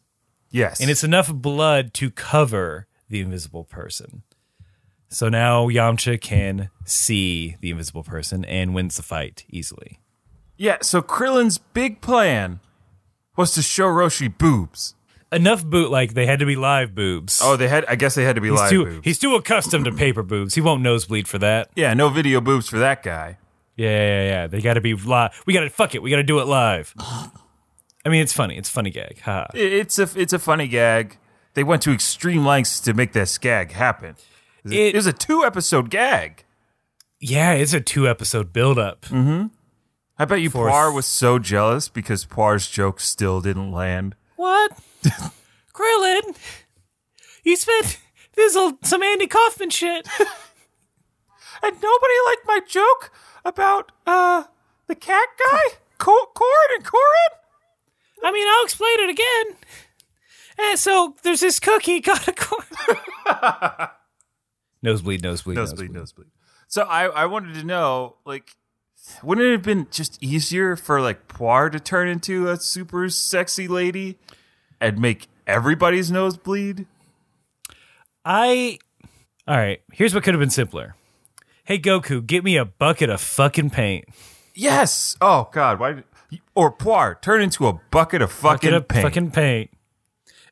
Speaker 2: Yes.
Speaker 3: And it's enough blood to cover the invisible person. So now Yamcha can see the invisible person and wins the fight easily.
Speaker 2: yeah, so Krillin's big plan was to show Roshi boobs.
Speaker 3: Enough boot like they had to be live boobs.
Speaker 2: Oh, they had I guess they had to be
Speaker 3: he's
Speaker 2: live
Speaker 3: too
Speaker 2: boobs.
Speaker 3: he's too accustomed to paper boobs. He won't nosebleed for that.
Speaker 2: Yeah, no video boobs for that guy.
Speaker 3: Yeah, yeah, yeah. They got to be live. We got to fuck it. We got to do it live. I mean, it's funny. It's a funny gag. Ha.
Speaker 2: I- It's a it's a funny gag. They went to extreme lengths to make this gag happen. It was a-
Speaker 3: It-
Speaker 2: it was a two episode gag.
Speaker 3: Yeah, it's a two episode build up.
Speaker 2: Mm. I bet you
Speaker 3: Fourth.
Speaker 2: Poir was so jealous because Poir's joke still didn't land.
Speaker 3: What? Krillin, you spent this old some Andy Kaufman shit.
Speaker 2: And nobody liked my joke about uh the cat guy? Cor- Corin and Corin?
Speaker 3: I mean, I'll explain it again. And so there's this cookie got a corn. nosebleed, nosebleed,
Speaker 2: nosebleed, nosebleed. So I, I wanted to know, like, wouldn't it have been just easier for like Poir to turn into a super sexy lady and make everybody's nose bleed?
Speaker 3: I. All right. Here's what could have been simpler. Hey Goku, get me a bucket of fucking paint.
Speaker 2: Yes. Oh God. Why? Did, or Poir turn into a bucket of fucking
Speaker 3: Bucket of
Speaker 2: paint.
Speaker 3: fucking paint.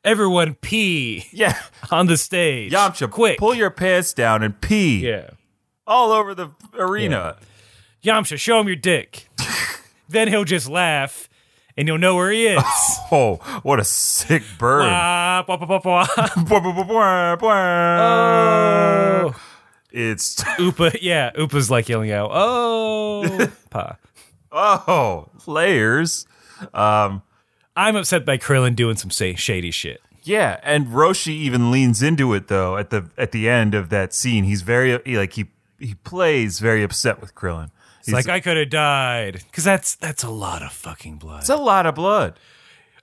Speaker 3: Everyone pee
Speaker 2: yeah.
Speaker 3: on the stage.
Speaker 2: Yamcha,
Speaker 3: quick.
Speaker 2: pull your pants down and pee
Speaker 3: yeah.
Speaker 2: all over the arena.
Speaker 3: Yamcha, show him your dick. then he'll just laugh, and you'll know where he is.
Speaker 2: Oh, what a sick burn.
Speaker 3: Ah, bah, bah, bah, bah.
Speaker 2: Oh. It's
Speaker 3: Oopa, yeah, Oopa's like yelling out, "Oh, pa!"
Speaker 2: oh layers.
Speaker 3: I'm upset by Krillin doing some say, shady shit.
Speaker 2: Yeah, and Roshi even leans into it though at the at the end of that scene. He's very he, like he he plays very upset with Krillin. He's
Speaker 3: It's like I could have died because that's that's a lot of fucking blood.
Speaker 2: it's a lot of blood.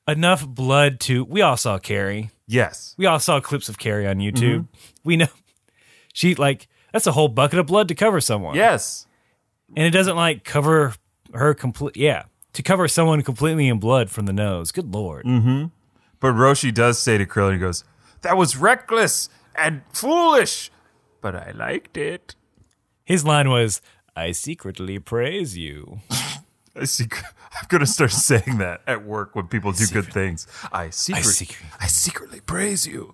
Speaker 3: Enough blood to we all saw Carrie.
Speaker 2: Yes.
Speaker 3: We all saw clips of Carrie on YouTube. We know she like that's a whole bucket of blood to cover someone.
Speaker 2: Yes.
Speaker 3: and it doesn't like cover her complete. Yeah, to cover someone completely in blood from the nose. Good lord.
Speaker 2: But Roshi does say to Krillin, he goes, "That was reckless and foolish, but I liked it."
Speaker 3: His line was, "I secretly praise you."
Speaker 2: I see. I'm gonna start saying that at work when people do good things. I secretly, I,
Speaker 3: secretly-
Speaker 2: secretly praise you.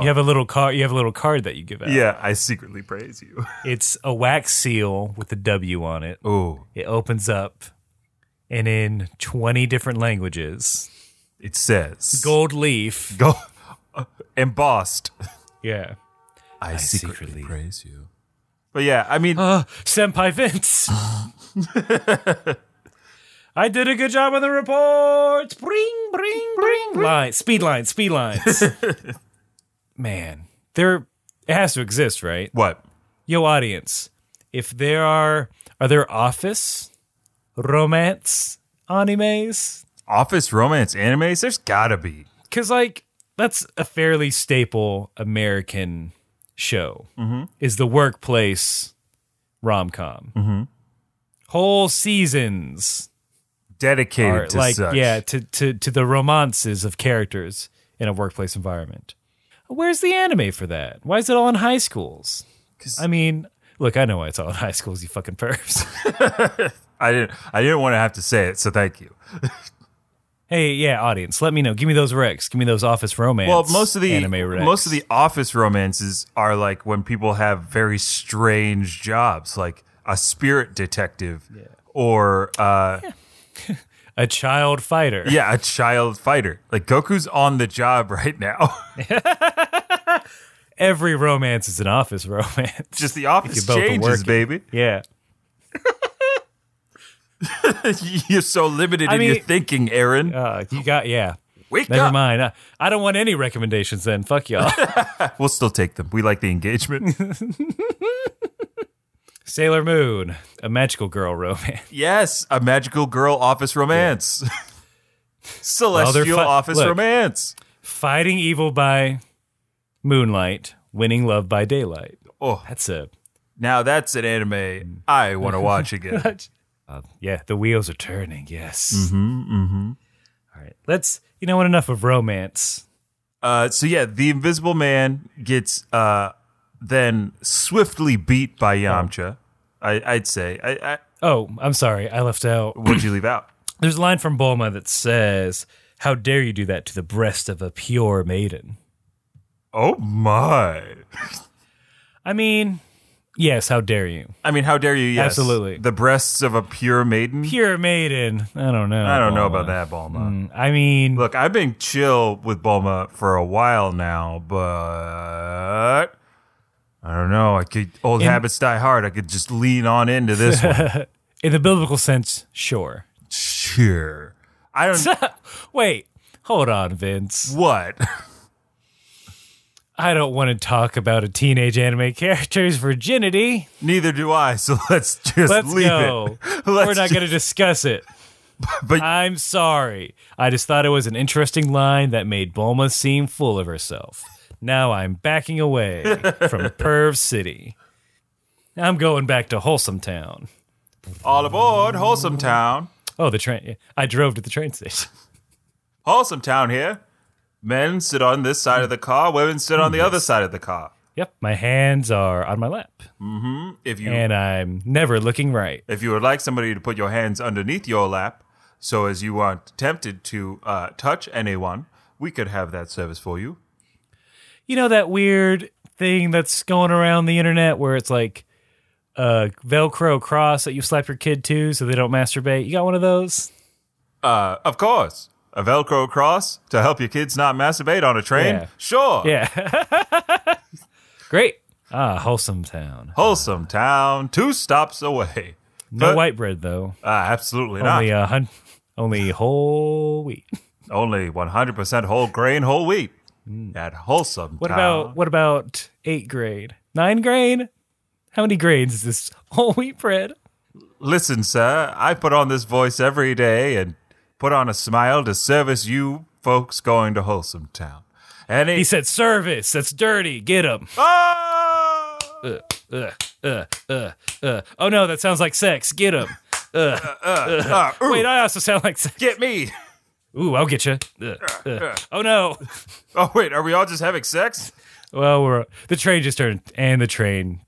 Speaker 3: You have a little card. You have a little card that you give out.
Speaker 2: Yeah, I secretly praise you.
Speaker 3: It's a wax seal with a W on it.
Speaker 2: Oh,
Speaker 3: It opens up, and in 20 different languages,
Speaker 2: it says
Speaker 3: gold leaf.
Speaker 2: go uh, embossed.
Speaker 3: Yeah.
Speaker 2: I,
Speaker 3: secretly
Speaker 2: praise you. But yeah, I mean,
Speaker 3: Uh, Senpai Vince. I did a good job on the reports. Bring, bring, bring. Line, speed line, speed lines. Man, there. It has to exist, right?
Speaker 2: what?
Speaker 3: Yo, audience. If there are, are there office, romance, animes?
Speaker 2: Office romance animes? There's gotta be.
Speaker 3: because like that's a fairly staple American
Speaker 2: Mm-hmm. Mm-hmm.
Speaker 3: show is the workplace rom com. whole seasons
Speaker 2: dedicated
Speaker 3: are
Speaker 2: to
Speaker 3: like
Speaker 2: such.
Speaker 3: yeah to, to to the romances of characters in a workplace environment. Where's the anime for that? Why is it all in high schools? I mean, look, I know why it's all in high schools. You fucking pervs.
Speaker 2: I didn't. I didn't want to have to say it, so thank you.
Speaker 3: hey, yeah, audience, let me know. Give me those recs. Give me those office romance.
Speaker 2: Well, most of the
Speaker 3: anime recs.
Speaker 2: most of the office romances are like when people have very strange jobs, like a spirit detective or uh,
Speaker 3: a child fighter.
Speaker 2: yeah, a child fighter. Like Goku's on the job right now.
Speaker 3: Every romance is an office romance.
Speaker 2: Just the office
Speaker 3: both are
Speaker 2: changes,
Speaker 3: working.
Speaker 2: baby.
Speaker 3: yeah.
Speaker 2: You're so limited
Speaker 3: I
Speaker 2: in your
Speaker 3: mean-
Speaker 2: thinking, Aaron.
Speaker 3: Uh, you got yeah.
Speaker 2: Wake
Speaker 3: Never
Speaker 2: up.
Speaker 3: mind. I, I don't want any recommendations then. Fuck y'all.
Speaker 2: We'll still take them. We like the engagement.
Speaker 3: Sailor Moon, a magical girl romance.
Speaker 2: yes, a magical girl office romance. Celestial
Speaker 3: fi-
Speaker 2: office
Speaker 3: look.
Speaker 2: romance.
Speaker 3: Fighting evil by moonlight, winning love by daylight.
Speaker 2: Oh,
Speaker 3: That's a
Speaker 2: now that's an anime I want to watch again.
Speaker 3: Uh, yeah, the wheels are turning. Yes. Mm-hmm. Mm-hmm. All right. Let's. You know what? Enough of romance.
Speaker 2: Uh, so yeah, the Invisible Man gets uh, then swiftly beat by Yamcha. I, I'd say. I, I,
Speaker 3: Oh, I'm sorry. I left out.
Speaker 2: what'd you leave out?
Speaker 3: There's a line from Bulma that says, "How dare you do that to the breast of a pure maiden?"
Speaker 2: Oh my!
Speaker 3: I mean, yes. How dare you?
Speaker 2: I mean, how dare you? Yes,
Speaker 3: Absolutely.
Speaker 2: The breasts of a pure maiden.
Speaker 3: Pure maiden. I don't know.
Speaker 2: I don't know
Speaker 3: Bulma.
Speaker 2: about that, Bulma.
Speaker 3: Mm, I mean,
Speaker 2: Look, I've been chill with Bulma for a while now, but I don't know. I could old habits die hard. I could just lean on into this one.
Speaker 3: in the biblical sense, sure.
Speaker 2: Sure. I don't
Speaker 3: Wait, hold on, Vince.
Speaker 2: what.
Speaker 3: I don't want to talk about a teenage anime character's virginity.
Speaker 2: Neither do I. So let's just
Speaker 3: Let's
Speaker 2: leave
Speaker 3: go.
Speaker 2: it.
Speaker 3: We're
Speaker 2: Let's
Speaker 3: not
Speaker 2: ju-
Speaker 3: going to discuss it.
Speaker 2: But-
Speaker 3: I'm sorry. I just thought it was an interesting line that made Bulma seem full of herself. Now I'm backing away from Perv City. I'm going back to Wholesome Town.
Speaker 2: all aboard, wholesome town.
Speaker 3: Oh, the train. I drove to the train station.
Speaker 2: Wholesome town here. Men sit on this side of the car. Women sit on the
Speaker 3: Hmm.
Speaker 2: other side of the car.
Speaker 3: Yep, my hands are on my lap,
Speaker 2: If you
Speaker 3: and I'm never looking right.
Speaker 2: if you would like somebody to put your hands underneath your lap, so as you aren't tempted to uh, touch anyone, we could have that service for you.
Speaker 3: you know that weird thing that's going around the internet where it's like a velcro cross that you slap your kid to so they don't masturbate you got one of those
Speaker 2: Uh, of course, a Velcro cross to help your kids not masturbate on a train.
Speaker 3: Yeah.
Speaker 2: Sure.
Speaker 3: yeah great ah wholesome town
Speaker 2: Wholesome town, two stops away.
Speaker 3: no
Speaker 2: But-
Speaker 3: white bread though
Speaker 2: Uh, absolutely not.
Speaker 3: only a hun- only whole wheat
Speaker 2: Only 100% whole grain, whole wheat. At wholesome.
Speaker 3: Hmm. what
Speaker 2: town.
Speaker 3: about what about eight grade nine grade how many grades is this whole wheat bread
Speaker 2: Listen, sir, I put on this voice every day and put on a smile to service you folks going to Wholesome Town. And
Speaker 3: he
Speaker 2: he
Speaker 3: said service that's dirty get him
Speaker 2: Oh!
Speaker 3: uh, uh, uh, uh. oh no that sounds like sex get him
Speaker 2: Ah, ooh,
Speaker 3: Wait, I also sound like.
Speaker 2: get me.
Speaker 3: Ooh, I'll get you. Oh no!
Speaker 2: Oh, wait, are we all just having sex?
Speaker 3: Well, we're the train just turned, and the train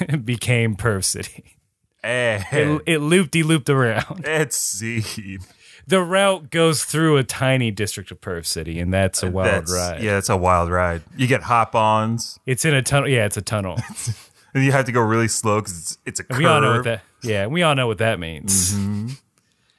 Speaker 3: became Perv City.
Speaker 2: Eh,
Speaker 3: It, it looped, de looped around.
Speaker 2: let's see.
Speaker 3: The route goes through a tiny district of Perv City, and that's a wild
Speaker 2: Uh, That's-
Speaker 3: ride.
Speaker 2: Yeah, it's a wild ride. You get hop ons,
Speaker 3: It's in a tunnel. Yeah, it's a tunnel.
Speaker 2: and you have to go really slow because it's, it's Mm-hmm. a curve.
Speaker 3: We all know what that. Yeah, we all know what that means.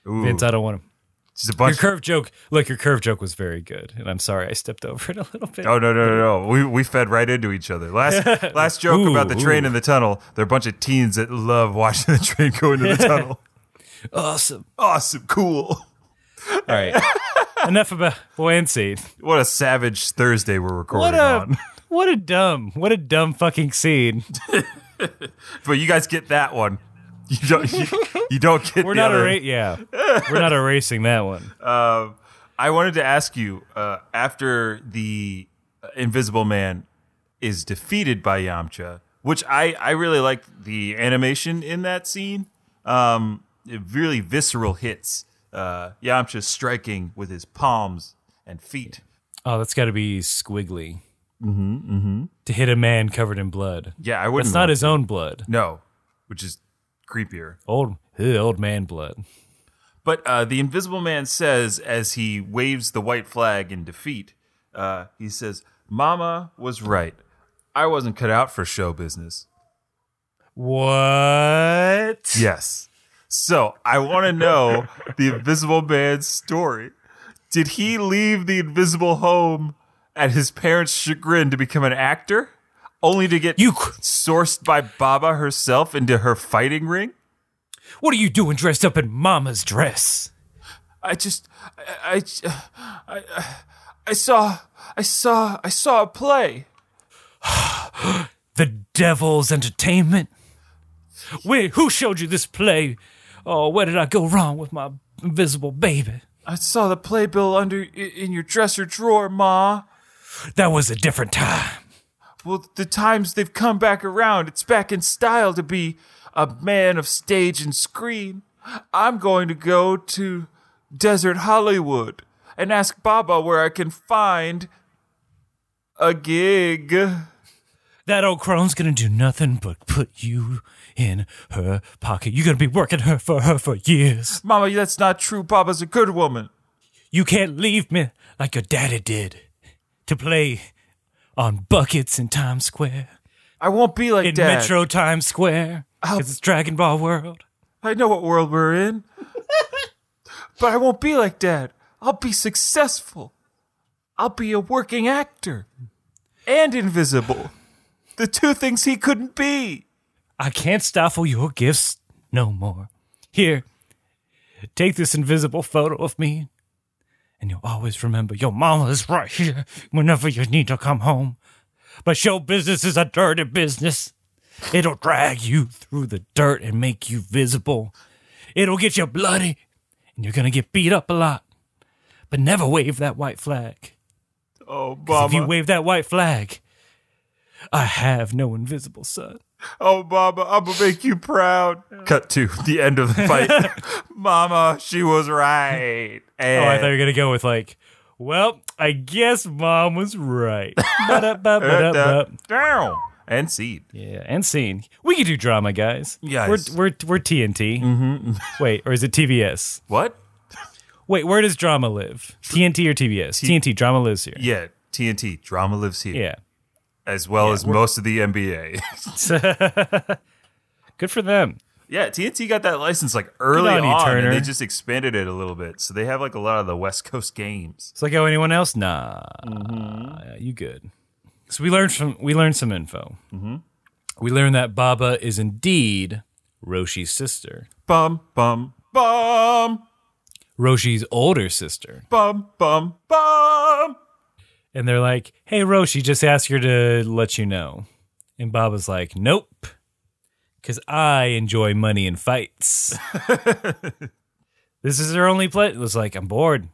Speaker 2: Ooh,
Speaker 3: Vince, I don't want to.
Speaker 2: just a
Speaker 3: Your
Speaker 2: bunch
Speaker 3: curve joke. Look, your curve joke was very good, and I'm sorry I stepped over it a little bit.
Speaker 2: Oh no no no no! We we fed right into each other. Last last joke
Speaker 3: Ooh,
Speaker 2: about the train
Speaker 3: ooh.
Speaker 2: in the tunnel. They're a bunch of teens that love watching the train go into the tunnel.
Speaker 3: Awesome.
Speaker 2: Awesome, cool.
Speaker 3: All right. Enough about buoyancy.
Speaker 2: What a savage Thursday we're recording
Speaker 3: What a
Speaker 2: on.
Speaker 3: what a dumb what a dumb fucking scene.
Speaker 2: But you guys get that one. You don't you, you don't get.
Speaker 3: We're
Speaker 2: the
Speaker 3: not
Speaker 2: other.
Speaker 3: erasing. Yeah, we're not erasing that one.
Speaker 2: I wanted to ask you uh, after the uh, Invisible Man is defeated by Yamcha, which I I really liked the animation in that scene. Um, really visceral hits. Uh, Yamcha striking with his palms and feet.
Speaker 3: Oh, that's got to be squiggly. Mm-hmm, mm-hmm. To hit a man covered in blood.
Speaker 2: Yeah, I wouldn't.
Speaker 3: That's not
Speaker 2: want-
Speaker 3: his own blood.
Speaker 2: no, which is creepier.
Speaker 3: Old, ugh, old man blood.
Speaker 2: But uh, the Invisible Man says, as he waves the white flag in defeat, uh, he says, "Mama was right. I wasn't cut out for show business."
Speaker 3: What?
Speaker 2: Yes. So I want to know the Invisible Man's story. Did he leave the Invisible Home at his parents' chagrin to become an actor, only to get
Speaker 3: You cr-
Speaker 2: sourced by Baba herself into her fighting ring?
Speaker 3: What are you doing dressed up in Mama's dress?
Speaker 2: I just, I, I, I, I saw, I saw, I saw a play.
Speaker 3: The Devil's Entertainment? Wait, who showed you this play? Oh, where did I go wrong with my invisible baby?
Speaker 2: I saw the playbill under i- in your dresser drawer, Ma.
Speaker 3: That was a different time.
Speaker 2: Well, the times they've come back around, it's back in style to be a man of stage and screen. I'm going to go to Desert Hollywood and ask Baba where I can find a gig.
Speaker 3: That old crone's gonna do nothing but put you in her pocket. You're gonna be working her for her for years.
Speaker 2: Mama, that's not true. Baba's a good woman.
Speaker 3: You can't leave me like your daddy did to play on buckets in Times Square,
Speaker 2: I won't be like
Speaker 3: in
Speaker 2: Dad.
Speaker 3: Metro Times Square, because it's Dragon Ball World.
Speaker 2: I know what world we're in. but I won't be like dad. I'll be successful. I'll be a working actor and invisible. The two things he couldn't be.
Speaker 3: I can't stifle your gifts no more. Here, take this invisible photo of me, and you'll always remember your mama is right here whenever you need to come home. But show business is a dirty business. It'll drag you through the dirt and make you visible. It'll get you bloody, and you're gonna get beat up a lot. But never wave that white flag.
Speaker 2: Oh,
Speaker 3: 'Cause If you
Speaker 2: Mama.
Speaker 3: wave that white flag, I have no invisible son.
Speaker 2: oh, Mama, I'm going to make you proud. Cut to the end of the fight. Mama, she was right.
Speaker 3: Oh, I thought you
Speaker 2: And
Speaker 3: were gonna go with like, well, I guess mom was right. Ba-da-ba-ba-da-ba.
Speaker 2: uh, down. And seed.
Speaker 3: yeah, and scene. We could do drama, guys.
Speaker 2: Yes.
Speaker 3: we're we're, we're TNT. Mm-hmm. Wait, or is it TBS?
Speaker 2: What?
Speaker 3: Wait, where does drama live? TNT or TBS? TNT. Drama lives here.
Speaker 2: Yeah, TNT. Drama lives here.
Speaker 3: Yeah.
Speaker 2: As well as most of the NBA.
Speaker 3: Good for them.
Speaker 2: Yeah, TNT got that license like early
Speaker 3: on
Speaker 2: on,
Speaker 3: you, Turner.
Speaker 2: and they just expanded it a little bit. So they have like a lot of the West Coast games.
Speaker 3: It's like, oh, anyone else? Nah, Yeah, you good. So we learned from we learned some info. Mm-hmm. We learned that Baba is indeed Roshi's sister,
Speaker 2: Bum bum bum
Speaker 3: Roshi's older sister.
Speaker 2: bum bum bum.
Speaker 3: And they're like, hey, Roshi, just ask her to let you know. And Baba's like, nope, because I enjoy money and fights. this is her only play. It was like, I'm bored.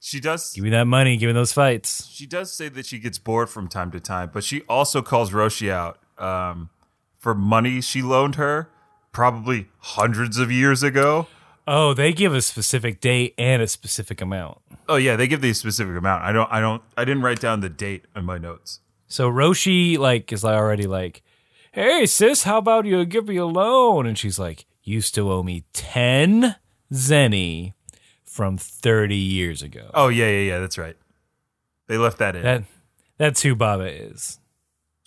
Speaker 2: She does.
Speaker 3: Give me that money. Give me those fights.
Speaker 2: She does say that she gets bored from time to time, but she also calls Roshi out um, for money she loaned her probably hundreds of years ago.
Speaker 3: Oh, they give a specific date and a specific amount.
Speaker 2: Oh yeah, they give the specific amount. I don't. I don't. I didn't write down the date in my notes.
Speaker 3: So Roshi like is like already like, hey sis, how about you give me a loan? And she's like, you still owe me ten zenny from thirty years ago.
Speaker 2: Oh yeah, yeah, yeah. That's right. They left that in.
Speaker 3: That that's who Baba is.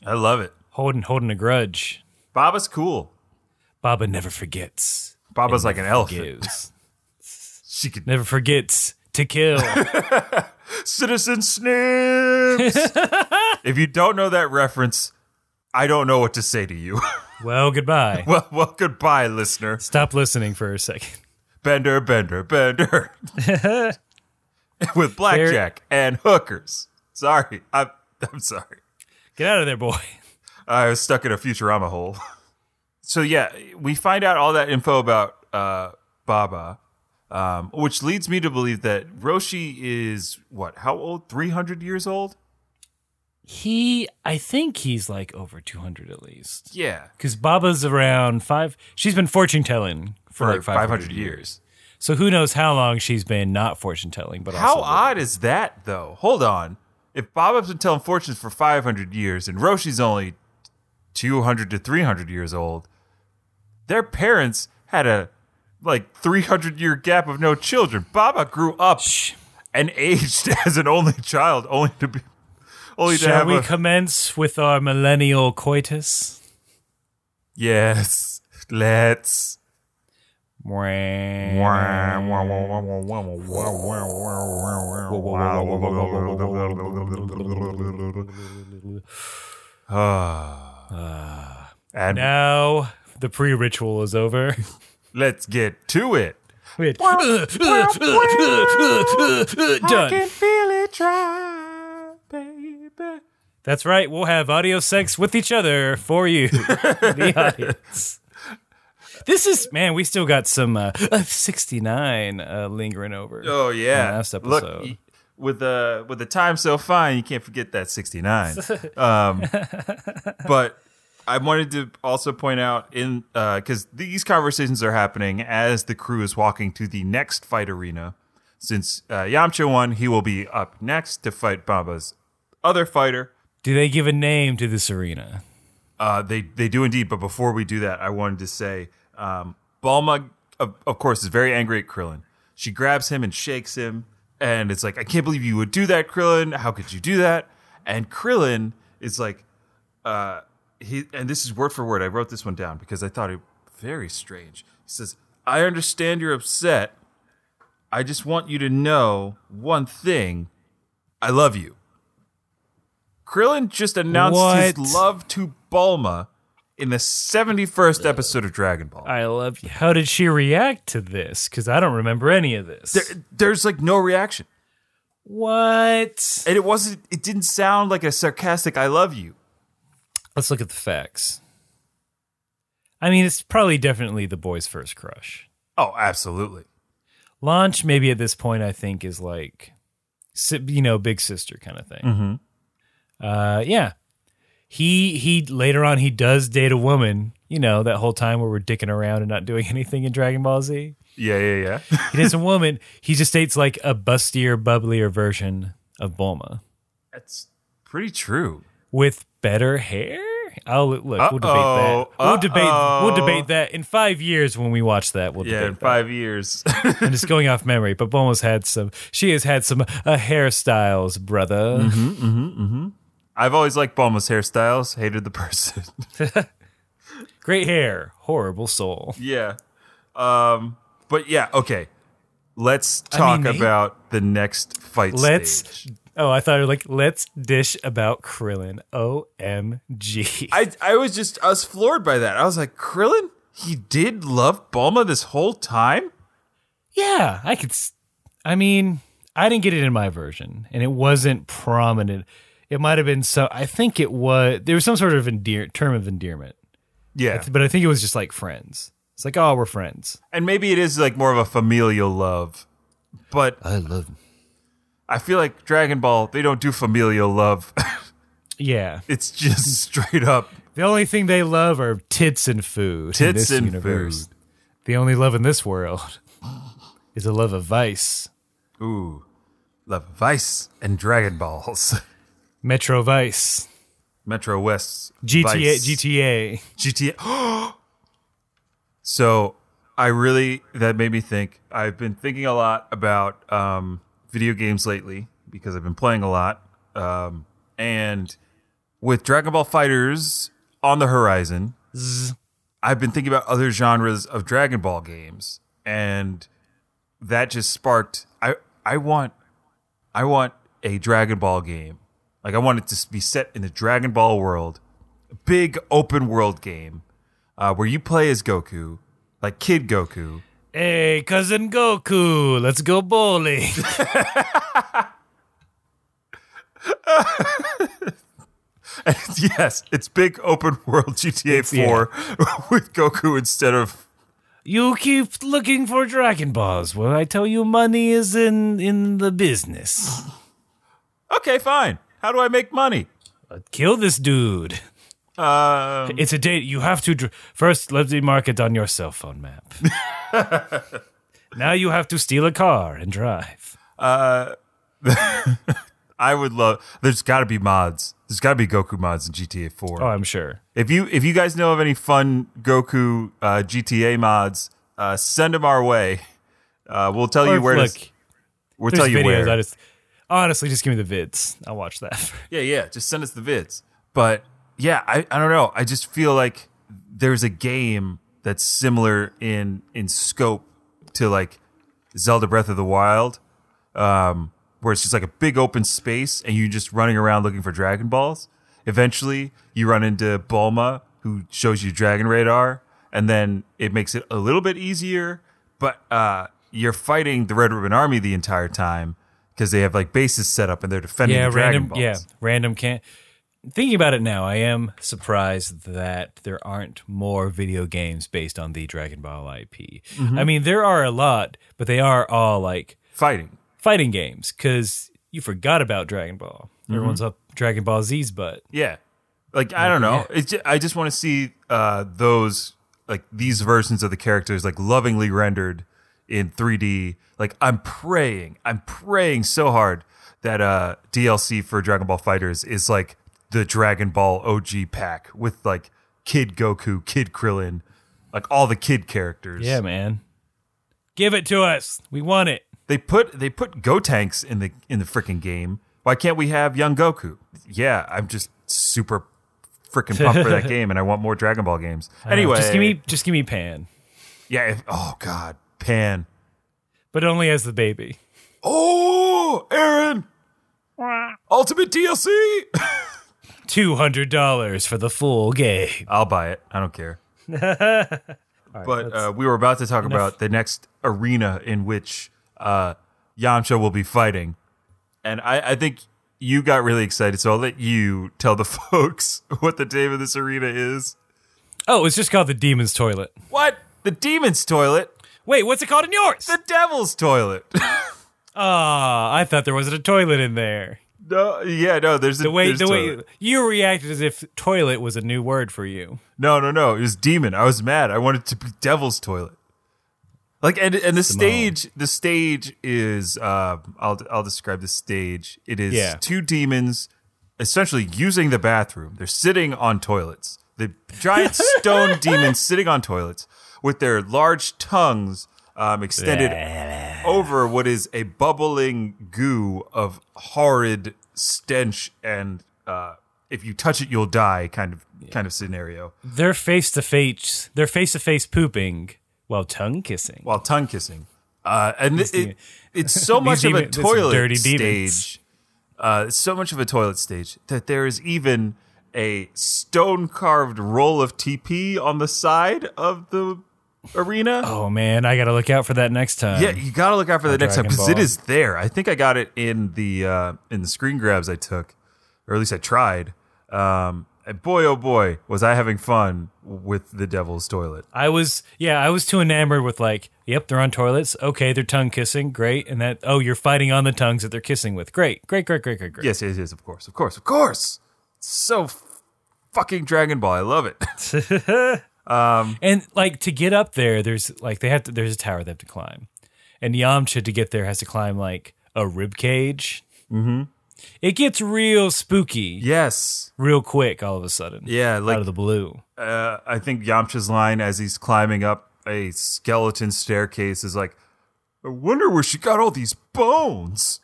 Speaker 2: I love it.
Speaker 3: Holding holding a grudge.
Speaker 2: Baba's cool.
Speaker 3: Baba never forgets.
Speaker 2: Baba's like an elephant.
Speaker 3: Gives.
Speaker 2: She could
Speaker 3: never forgets to kill.
Speaker 2: Citizen Snips. if you don't know that reference, I don't know what to say to you.
Speaker 3: well, goodbye.
Speaker 2: well, well, goodbye, listener.
Speaker 3: Stop listening for a second.
Speaker 2: Bender, Bender, Bender. With blackjack and hookers. Sorry, I'm I'm sorry.
Speaker 3: Get out of there, boy.
Speaker 2: I was stuck in a Futurama hole. so yeah, we find out all that info about uh, Baba, um, which leads me to believe that Roshi is what? How old? Three hundred years old?
Speaker 3: He, I think he's like over 200 at least.
Speaker 2: Yeah.
Speaker 3: Because Baba's around five. She's been fortune telling for,
Speaker 2: For
Speaker 3: like 500,
Speaker 2: 500
Speaker 3: years.
Speaker 2: years.
Speaker 3: So who knows how long she's been not fortune telling, but
Speaker 2: How
Speaker 3: also
Speaker 2: odd is that, though? Hold on. If Baba's been telling fortunes for 500 years and Roshi's only 200 to 300 years old, their parents had a like 300 year gap of no children. Baba grew up
Speaker 3: Shh.
Speaker 2: and aged as an only child, only to be. Only to
Speaker 3: Shall
Speaker 2: have
Speaker 3: we
Speaker 2: a,
Speaker 3: commence with our millennial coitus?
Speaker 2: yes, let's.
Speaker 3: Mwah.
Speaker 2: Ah. And
Speaker 3: Now the pre ritual is over.
Speaker 2: let's get to it.
Speaker 3: Wait. Done.
Speaker 2: feel it dry, baby.
Speaker 3: That's right. We'll have audio sex with each other for you, the audience. This is man. We still got some uh, sixty nine uh, lingering over.
Speaker 2: Oh yeah,
Speaker 3: Last episode.
Speaker 2: Look, y- with the with the time so fine, you can't forget that sixty nine. um, but I wanted to also point out in because these conversations are happening as the crew is walking to the next fight arena. Since uh, Yamcha won, he will be up next to fight Baba's other fighter.
Speaker 3: Do they give a name to this arena?
Speaker 2: Uh, they they do indeed. But before we do that, I wanted to say um, Balma, of, of course, is very angry at Krillin. She grabs him and shakes him, and it's like, I can't believe you would do that, Krillin. How could you do that? And Krillin is like, uh, he and this is word for word. I wrote this one down because I thought it very strange. He says, "I understand you're upset. I just want you to know one thing. I love you." Krillin just announced
Speaker 3: What?
Speaker 2: his love to Bulma in the 71st episode of Dragon Ball.
Speaker 3: I love you. How did she react to this? Because I don't remember any of this.
Speaker 2: There- there's like no reaction.
Speaker 3: what?
Speaker 2: And it wasn't it didn't sound like a sarcastic I love you.
Speaker 3: Let's look at the facts. I mean, it's probably definitely the boy's first crush.
Speaker 2: Oh, absolutely.
Speaker 3: Launch, maybe at this point, I think is like, si- you know, big sister kind of thing. Uh, yeah. He he. Later on, he does date a woman. You know, that whole time where we're dicking around and not doing anything in Dragon Ball Z.
Speaker 2: Yeah, yeah, yeah.
Speaker 3: He dates a woman. He just dates like a bustier, bubblier version of Bulma
Speaker 2: That's pretty true.
Speaker 3: with better hair. I'll look. We'll debate that.
Speaker 2: Uh-oh,
Speaker 3: We'll debate.
Speaker 2: uh-oh.
Speaker 3: We'll debate that in five years when we watch that. We'll
Speaker 2: Yeah,
Speaker 3: debate
Speaker 2: in 5 years.
Speaker 3: that. I'm just going off memory, but Bulma's had some. She has had some uh, hairstyles, brother.
Speaker 2: Mm-hmm. I've always liked Bulma's hairstyles, hated the person.
Speaker 3: Great hair, horrible soul.
Speaker 2: yeah. Um but yeah, okay. Let's
Speaker 3: I
Speaker 2: talk
Speaker 3: mean, they-
Speaker 2: about the next fight
Speaker 3: Let's.
Speaker 2: stage.
Speaker 3: Oh, I thought you were like let's dish about Krillin. OMG.
Speaker 2: I I was just I was floored by that. I was like, Krillin, he did love Bulma this whole time.
Speaker 3: Yeah, I could. s- I mean, I didn't get it in my version, and it wasn't prominent. It might have been so. I think it was there was some sort of endear term of endearment,
Speaker 2: Yeah,
Speaker 3: but I think it was just like friends. It's like, oh, we're friends.
Speaker 2: and maybe it is like more of a familial love, but
Speaker 3: I love.
Speaker 2: I feel like Dragon Ball they don't do familial love.
Speaker 3: Yeah,
Speaker 2: it's just straight up
Speaker 3: the only thing they love are tits and food. in
Speaker 2: tits
Speaker 3: this
Speaker 2: and
Speaker 3: universe. The only love in this world is a love of vice,
Speaker 2: food. Ooh, love of ice and Dragon Balls.
Speaker 3: Metro Vice,
Speaker 2: Metro West
Speaker 3: GTA,
Speaker 2: Vice.
Speaker 3: GTA.
Speaker 2: GTA. so I really that made me think. I've been thinking a lot about um, video games lately because I've been playing a lot, um, and with Dragon Ball Fighters on the horizon, I've been thinking about other genres of Dragon Ball games, and that just sparked. I I want I want a Dragon Ball game. Like I want it to be set in the Dragon Ball world, big open world game uh, where you play as Goku, like Kid Goku.
Speaker 3: Hey, cousin Goku, let's go bowling.
Speaker 2: yes, it's big open world GTA
Speaker 3: yeah.
Speaker 2: 4 with Goku instead of
Speaker 3: You keep looking for Dragon Balls. Well, I tell you, money is in in the business.
Speaker 2: okay, fine. How do I make money?
Speaker 3: uh, kill this dude.
Speaker 2: Um,
Speaker 3: It's a date. You have to dr- first. Let me mark it on your cell phone map. now you have to steal a car and drive.
Speaker 2: I would love. There's got to be mods. There's got to be Goku mods in GTA Four.
Speaker 3: Oh, I'm sure.
Speaker 2: If you if you guys know of any fun Goku uh, GTA mods, uh, send them our way. Uh, we'll tell you
Speaker 3: Or,
Speaker 2: where.
Speaker 3: look,
Speaker 2: to, we'll
Speaker 3: there's
Speaker 2: tell you
Speaker 3: videos.
Speaker 2: where.
Speaker 3: I just honestly just give me the vids. I'll watch that.
Speaker 2: Yeah, yeah. Just send us the vids. But yeah, I, I don't know. I just feel like there's a game that's similar in in scope to like Zelda Breath of the Wild, um, where it's just like a big open space and you're just running around looking for Dragon Balls. Eventually, you run into Bulma, who shows you Dragon Radar, and then it makes it a little bit easier. But uh, you're fighting the Red Ribbon Army the entire time because they have like bases set up and they're defending
Speaker 3: yeah,
Speaker 2: the Dragon
Speaker 3: random.
Speaker 2: Balls.
Speaker 3: Yeah, random can. Thinking about it now, I am surprised that there aren't more video games based on the Dragon Ball IP.
Speaker 2: Mm-hmm.
Speaker 3: I mean, there are a lot, but they are all like
Speaker 2: fighting.
Speaker 3: fighting games because you forgot about Dragon Ball.
Speaker 2: Mm-hmm.
Speaker 3: Everyone's up Dragon Ball Z's butt.
Speaker 2: Yeah. Like I don't know. It's ju- I just want to see uh, those like these versions of the characters like lovingly rendered in 3D. Like I'm praying, I'm praying so hard that uh, DLC for Dragon Ball Fighters is like the Dragon Ball OG pack with like Kid Goku, Kid Krillin, like all the kid characters.
Speaker 3: Yeah, man. Give it to us. We want it.
Speaker 2: They put they put Gotenks in the in the freaking game. Why can't we have young Goku? Yeah, I'm just super freaking pumped for that game, and I want more Dragon Ball games. Anyway,
Speaker 3: just give me, just give me Pan,
Speaker 2: yeah. If, oh God, Pan.
Speaker 3: but only as the baby.
Speaker 2: Oh, Aaron. Ultimate DLC.
Speaker 3: Two hundred dollars for the full game.
Speaker 2: I'll buy it. I don't care. but uh, we were about to talk about the next arena in which uh, Yamcha will be fighting, and I, I think you got really excited. So I'll let you tell the folks what the name of this arena is.
Speaker 3: Oh, it's just called the Demon's Toilet.
Speaker 2: What the demon's toilet,
Speaker 3: Wait, what's it called in yours?
Speaker 2: the devil's toilet.
Speaker 3: Ah, I thought there wasn't a toilet in there.
Speaker 2: no, yeah, no. There's
Speaker 3: The way
Speaker 2: there's
Speaker 3: the way
Speaker 2: toilet.
Speaker 3: you reacted as if toilet was a new word for you.
Speaker 2: No, no, no. It was demon. I was mad. I wanted to be devil's toilet. Like and and the stage the stage is uh I'll I'll describe the stage. It is
Speaker 3: Yeah.
Speaker 2: two demons essentially using the bathroom. They're sitting on toilets. The giant stone demons sitting on toilets with their large tongues um, extended over what is a bubbling goo of horrid stench and uh, if you touch it you'll die kind of kind of scenario.
Speaker 3: They're face to face. They're face to face pooping while tongue kissing.
Speaker 2: while tongue kissing. Uh, and it, it, it's so much of a
Speaker 3: demon- these
Speaker 2: toilet
Speaker 3: dirty demons.
Speaker 2: stage. Uh, it's so much of a toilet stage that there is even a stone carved roll of TP on the side of the arena.
Speaker 3: Oh man, I gotta look out for that next time.
Speaker 2: Yeah, you gotta look out for the next time
Speaker 3: Dragon
Speaker 2: because it
Speaker 3: Ball.
Speaker 2: is there. I think I got it in the uh, in the screen grabs I took, or at least I tried. Um, and boy, oh boy, was I having fun with the devil's toilet.
Speaker 3: I was yeah, I was too enamored with like, yep, they're on toilets. Okay, they're tongue kissing, great. And that oh, you're fighting on the tongues that they're kissing with. Great, great, great, great, great, great.
Speaker 2: Yes, yes, yes, of course, of course, of course. It's so f- fucking Dragon Ball. I love it.
Speaker 3: And like to get up there, there's like they have to there's a tower they have to climb. And Yamcha to get there has to climb like a rib cage. Mm-hmm. It gets real spooky
Speaker 2: yes.
Speaker 3: real quick all of a sudden.
Speaker 2: Yeah,
Speaker 3: out
Speaker 2: like
Speaker 3: of the blue.
Speaker 2: uh, I think Yamcha's line as he's climbing up a skeleton staircase is like, I wonder where she got all these bones.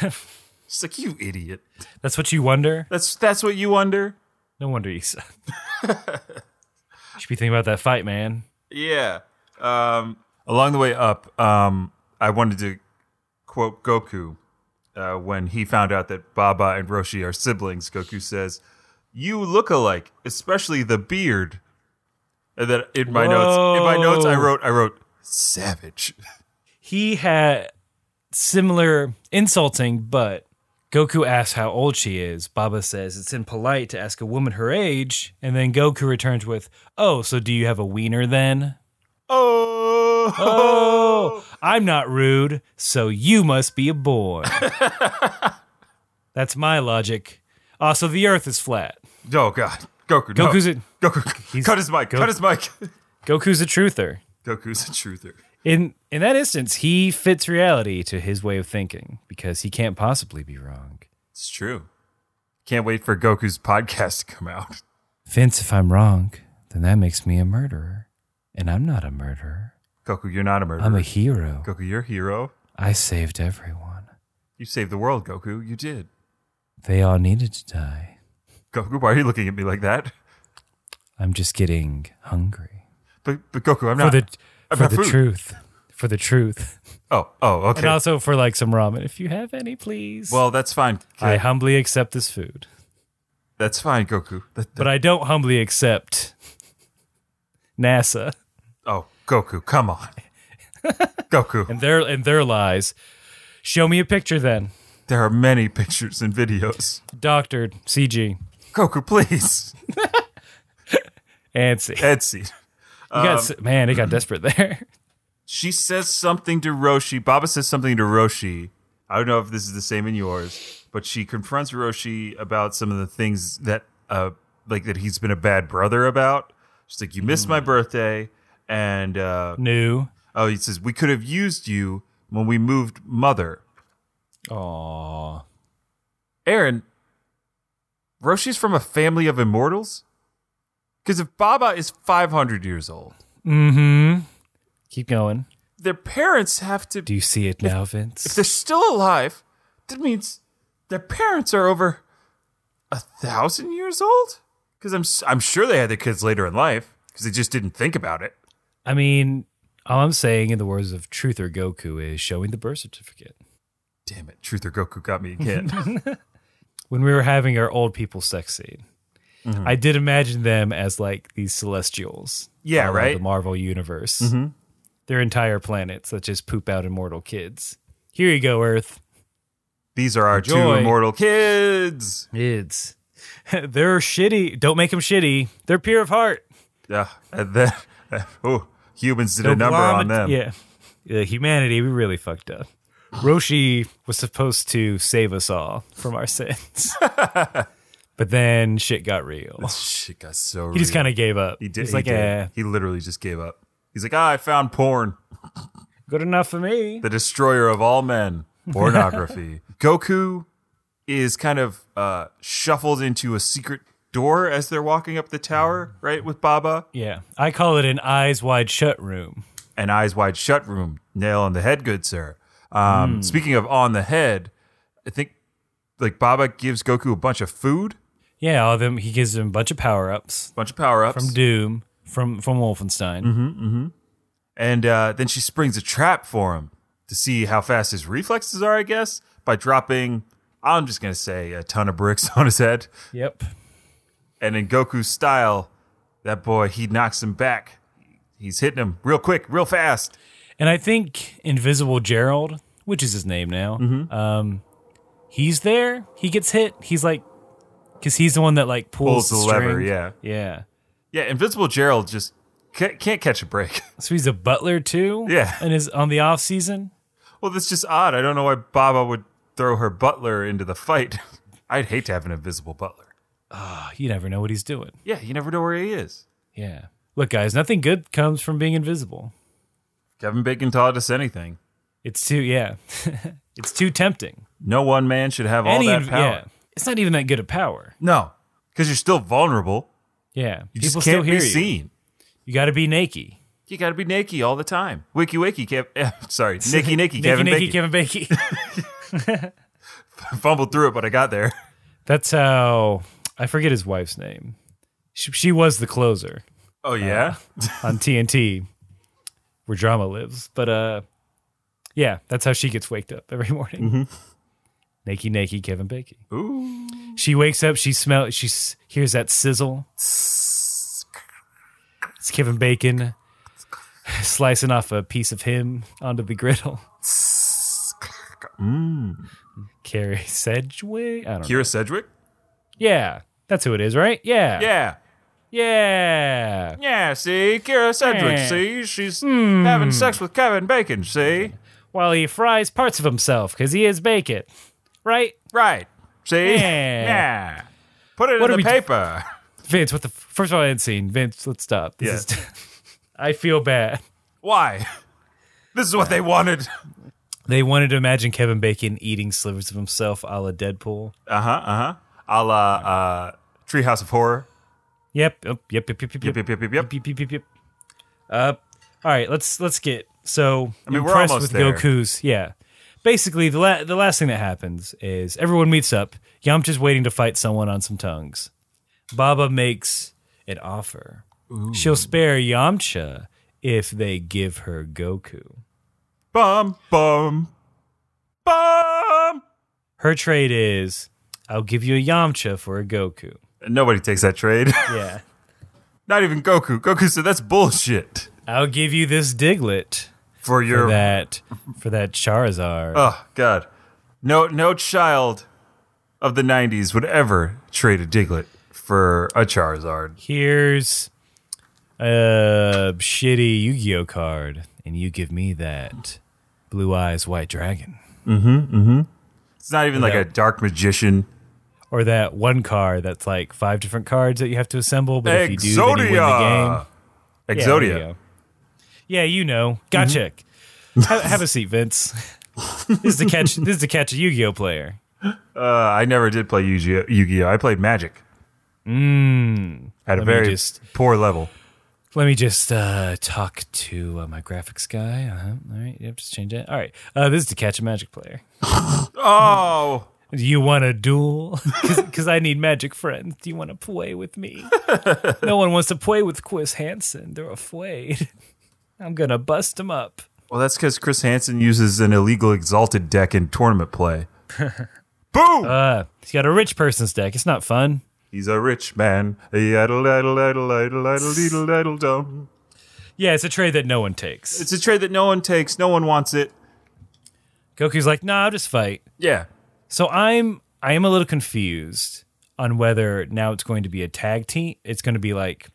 Speaker 2: it's like you idiot.
Speaker 3: That's what you wonder?
Speaker 2: That's that's what you wonder.
Speaker 3: No wonder you suck. Should be thinking about that fight, man.
Speaker 2: Yeah. Um, along the way up, um, I wanted to quote Goku uh, when he found out that Baba and Roshi are siblings. Goku says, "You look alike, especially the beard." And then in my notes, in my notes, I
Speaker 3: Whoa.
Speaker 2: wrote, I wrote savage.
Speaker 3: he had similar insulting, but Goku asks how old she is. Baba says it's impolite to ask a woman her age, and then Goku returns with, "Oh, so do you have a wiener then?"
Speaker 2: Oh,
Speaker 3: Oh, I'm not rude, so you must be a boy. That's my logic. Also, the Earth is flat.
Speaker 2: Oh God, Goku. no.
Speaker 3: Goku's a-
Speaker 2: Goku. cut his mic. cut his mic.
Speaker 3: Goku's a truther.
Speaker 2: Goku's a truther.
Speaker 3: In in that instance, he fits reality to his way of thinking because he can't possibly be wrong.
Speaker 2: It's true. Can't wait for Goku's podcast to come out.
Speaker 3: Vince, if I'm wrong, then that makes me a murderer, and I'm not a murderer.
Speaker 2: Goku, you're not a murderer.
Speaker 3: I'm a hero.
Speaker 2: Goku, you're a hero.
Speaker 3: I saved everyone.
Speaker 2: You saved the world, Goku. You did.
Speaker 3: They all needed to die.
Speaker 2: Goku, why are you looking at me like that?
Speaker 3: I'm just getting hungry
Speaker 2: But, but Goku, I'm not.
Speaker 3: for the
Speaker 2: I've
Speaker 3: for
Speaker 2: got
Speaker 3: the
Speaker 2: food.
Speaker 3: truth, for the truth,
Speaker 2: oh, oh, okay.
Speaker 3: and also for like some ramen if you have any, please.
Speaker 2: well, that's fine. Uh,
Speaker 3: I humbly accept this food,
Speaker 2: that's fine, Goku. That- that-
Speaker 3: but I don't humbly accept NASA
Speaker 2: oh, Goku, come on. Goku,
Speaker 3: and their and their lies. Show me a picture then,
Speaker 2: there are many pictures and videos.
Speaker 3: doctored CG
Speaker 2: Goku, please.
Speaker 3: and see. You
Speaker 2: Etsy. Um,
Speaker 3: got s man, it got desperate there.
Speaker 2: She says something to Roshi. Baba says something to Roshi. I don't know if this is the same in yours, but she confronts Roshi about some of the things that, uh, like that he's been a bad brother about. She's like, "You missed my birthday," and uh,
Speaker 3: New.
Speaker 2: oh, he says, "We could have used you when we moved mother."
Speaker 3: Aww.
Speaker 2: Aaron, Roshi's from a family of immortals? Because if Baba is 500 years old,
Speaker 3: Mm-hmm. Keep going.
Speaker 2: their parents have to.
Speaker 3: Do you see it now, Vince?
Speaker 2: If they're still alive, that means their parents are over a thousand years old? Because I'm, s- I'm sure they had their kids later in life because they just didn't think about it.
Speaker 3: I mean, all I'm saying in the words of Truth or Goku is showing the birth certificate.
Speaker 2: Damn it, Truth or Goku got me again.
Speaker 3: When we were having our old people sex scene,
Speaker 2: Mm-hmm.
Speaker 3: I did imagine them as like these celestials.
Speaker 2: Yeah,
Speaker 3: of
Speaker 2: right? Mm-hmm.
Speaker 3: The Marvel universe. Their entire planets that just poop out immortal kids. Here you go, Earth.
Speaker 2: These are our two
Speaker 3: Enjoy.
Speaker 2: immortal kids.
Speaker 3: It's they're shitty. Don't make them shitty. They're pure of heart.
Speaker 2: Yeah, and then, oh, humans did a
Speaker 3: No
Speaker 2: number
Speaker 3: blame
Speaker 2: on
Speaker 3: it-
Speaker 2: them.
Speaker 3: Yeah. Yeah, humanity, we really fucked up. Roshi was supposed to save us all from our sins. but then shit got real.
Speaker 2: Shit got so
Speaker 3: He just kind of gave up.
Speaker 2: He did.
Speaker 3: He's
Speaker 2: he
Speaker 3: like,
Speaker 2: did.
Speaker 3: eh,
Speaker 2: He literally just gave up. He's like, ah, I found porn,
Speaker 3: good enough for me.
Speaker 2: the destroyer of all men, pornography. Goku is kind of uh, shuffled into a secret door as they're walking up the tower, right, with Baba.
Speaker 3: yeah. I call it an eyes wide shut room.
Speaker 2: An eyes wide shut room, nail on the head, good sir. Um, Speaking of on the head, I think like Baba gives Goku a bunch of food,
Speaker 3: Yeah, all them he gives them a bunch of power ups
Speaker 2: bunch of power ups.
Speaker 3: from Doom, from from Wolfenstein.
Speaker 2: Mm-hmm. And uh, then she springs a trap for him to see how fast his reflexes are, I guess, by dropping, I'm just going to say, a ton of bricks on his head.
Speaker 3: Yep.
Speaker 2: And in Goku's style, that boy, he knocks him back. He's hitting him real quick, real fast.
Speaker 3: And I think Invisible Gerald, which is his name now,
Speaker 2: Mm-hmm.
Speaker 3: um, he's there. He gets hit. He's like, because he's the one that like pulls,
Speaker 2: Pulls the lever,
Speaker 3: string.
Speaker 2: yeah.
Speaker 3: yeah.
Speaker 2: Yeah, Invincible Gerald just ca- can't catch a break.
Speaker 3: So he's a butler too.
Speaker 2: Yeah.
Speaker 3: and is on the off season.
Speaker 2: well, that's just odd. I don't know why Baba would throw her butler into the fight. I'd hate to have an invisible butler.
Speaker 3: Oh, you never know what he's doing.
Speaker 2: Yeah, you never know where he is.
Speaker 3: Yeah. Look, guys, nothing good comes from being invisible.
Speaker 2: Kevin Bacon taught us anything.
Speaker 3: It's too yeah, it's too tempting.
Speaker 2: No one man should have all that
Speaker 3: inv-
Speaker 2: power.
Speaker 3: yeah, it's not even that good a power.
Speaker 2: No, because you're still vulnerable.
Speaker 3: Yeah, people
Speaker 2: You just can't
Speaker 3: still hear
Speaker 2: be
Speaker 3: you.
Speaker 2: seen.
Speaker 3: You got to be naked.
Speaker 2: You got to be naked all the time. Wiki wiki, Kev- sorry, Nicky Nicky,
Speaker 3: Naked,
Speaker 2: Kevin
Speaker 3: naked, Kevin
Speaker 2: Bacon.
Speaker 3: Bacon.
Speaker 2: Fumbled through it, but I got there.
Speaker 3: That's how I forget his wife's name. She, she was the closer
Speaker 2: Oh yeah,
Speaker 3: on TNT, where drama lives. But uh, yeah, that's how she gets waked up every morning. Nakey, nakey, Kevin Bacon.
Speaker 2: ooh,
Speaker 3: She wakes up. She smells. She s- hears that sizzle. It's Kevin Bacon slicing off a piece of him onto the griddle. Carrie Sedgwick. I don't know.
Speaker 2: Kira Sedgwick.
Speaker 3: Yeah, that's who it is, right? Yeah.
Speaker 2: Yeah,
Speaker 3: Yeah.
Speaker 2: yeah. See, Kira Sedgwick.
Speaker 3: Yeah.
Speaker 2: See, she's having sex with Kevin Bacon. See,
Speaker 3: While he fries parts of himself because he is bacon, right?
Speaker 2: right. See,
Speaker 3: Yeah.
Speaker 2: yeah. Put it
Speaker 3: What
Speaker 2: in
Speaker 3: are
Speaker 2: the
Speaker 3: we-
Speaker 2: paper.
Speaker 3: Vince, what the? First of all, I hadn't seen Vince. Let's stop. This
Speaker 2: Yeah.
Speaker 3: is, I feel bad.
Speaker 2: Why? This is what they wanted.
Speaker 3: They wanted to imagine Kevin Bacon eating slivers of himself, a la Deadpool.
Speaker 2: Uh huh. Uh huh. A la uh, Treehouse of Horror.
Speaker 3: Yep. Yep. Yep. Yep. Yep. Yep.
Speaker 2: Yep, yep, yep, yep, yep.
Speaker 3: Yep. Yep. Yep. Yep. Uh, all right. Let's let's get so I
Speaker 2: mean, we're
Speaker 3: impressed
Speaker 2: almost
Speaker 3: with
Speaker 2: there.
Speaker 3: Goku's. Yeah. Basically, the la- the last thing that happens is everyone meets up. Yamcha's waiting to fight someone on some tongues. Baba makes an offer. She'll spare Yamcha if they give her Goku.
Speaker 2: Bum, bum, bum.
Speaker 3: Her trade is, I'll give you a Yamcha for a Goku.
Speaker 2: Nobody takes that trade.
Speaker 3: Yeah.
Speaker 2: Not even Goku. Goku said that's bullshit.
Speaker 3: I'll give you this Diglett
Speaker 2: For your
Speaker 3: for that for that Charizard.
Speaker 2: oh god, no no child of the '90s would ever trade a Diglett for a Charizard.
Speaker 3: Here's a shitty Yu-Gi-Oh card, and you give me that Blue Eyes White Dragon.
Speaker 2: It's not even like
Speaker 3: Yeah.
Speaker 2: a Dark Magician.
Speaker 3: Or that one card that's like five different cards that you have to assemble, but if you do, then you win the game.
Speaker 2: Exodia.
Speaker 3: Yeah,
Speaker 2: Exodia.
Speaker 3: there you go. Yeah, you know. Gotcha.
Speaker 2: Mm-hmm.
Speaker 3: have, have a seat, Vince. this is to catch. This is to catch a Yu-Gi-Oh player.
Speaker 2: Uh, I never did play Yu Gi Oh. I played Magic. At a
Speaker 3: Mm. me
Speaker 2: very
Speaker 3: just-
Speaker 2: poor level.
Speaker 3: Let me just uh, talk to uh, my graphics guy. Uh-huh. All right, yep, just change that. All right, uh, this is to catch a Magic player.
Speaker 2: Oh,
Speaker 3: Do you want a duel? Because I need Magic friends. Do you want to play with me? no one wants to play with Quiz Hansen. They're afraid. I'm gonna bust them up.
Speaker 2: well, that's because Chris Hansen uses an illegal exalted deck in tournament play. Boom!
Speaker 3: Uh, he's got a rich person's deck. It's not fun.
Speaker 2: He's a rich man. Yaddle, yaddle, yaddle, yaddle, yaddle, diddle, yaddle, dum.
Speaker 3: Yeah, it's a trade that no one takes.
Speaker 2: It's a trade that no one takes. No one wants it.
Speaker 3: Goku's like, nah, I'll just fight.
Speaker 2: Yeah.
Speaker 3: So I'm I am a little confused on whether now it's going to be a tag team. It's going to be like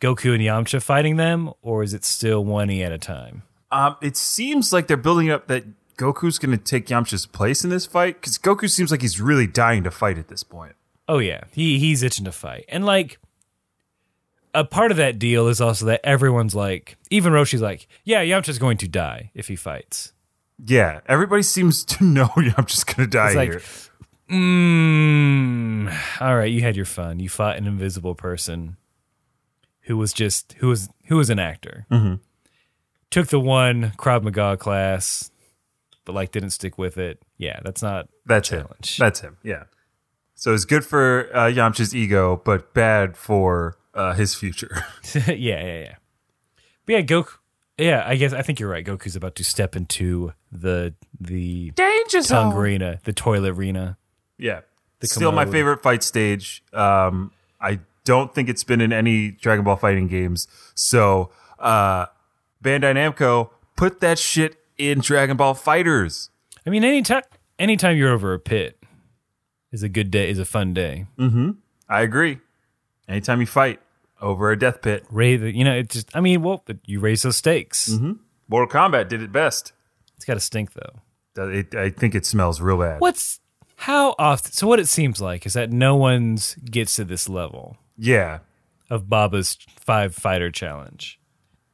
Speaker 3: Goku and Yamcha fighting them, or is it still one E at a time?
Speaker 2: Um, it seems like they're building up that Goku's going to take Yamcha's place in this fight because Goku seems like he's really dying to fight at this point.
Speaker 3: Oh yeah, he he's itching to fight, and like a part of that deal is also that everyone's like, even Roshi's like, yeah, Yamcha's going to die if he fights.
Speaker 2: Yeah. Everybody seems to know Yamcha's going to die
Speaker 3: It's like,
Speaker 2: here.
Speaker 3: mm, all right, you had your fun. You fought an invisible person who was just who was who was an actor. Took the one Krav Maga class, but like didn't stick with it. Yeah, that's not.
Speaker 2: That's
Speaker 3: Challenge.
Speaker 2: him. That's him. Yeah. So it's good for uh, Yamcha's ego, but bad for uh, his future.
Speaker 3: yeah, yeah, yeah. But yeah, Goku. Yeah, I guess I think you're right. Goku's about to step into the the
Speaker 2: Danger
Speaker 3: tongue arena, the toilet arena.
Speaker 2: Yeah. Still my
Speaker 3: Kamado.
Speaker 2: favorite fight stage. Um, I don't think it's been in any Dragon Ball fighting games. So uh, Bandai Namco put that shit in Dragon Ball Fighters.
Speaker 3: I mean, anytime anytime you're over a pit is a good day, is a fun day.
Speaker 2: I agree. Anytime you fight over a death pit,
Speaker 3: raise you know it's just i mean well but you raise those stakes
Speaker 2: Mortal Kombat did it best.
Speaker 3: it's got to stink though
Speaker 2: Uh, it- I think it smells real bad.
Speaker 3: what's how often so what it seems like is that no one's gets to this level
Speaker 2: Yeah.
Speaker 3: of baba's five fighter challenge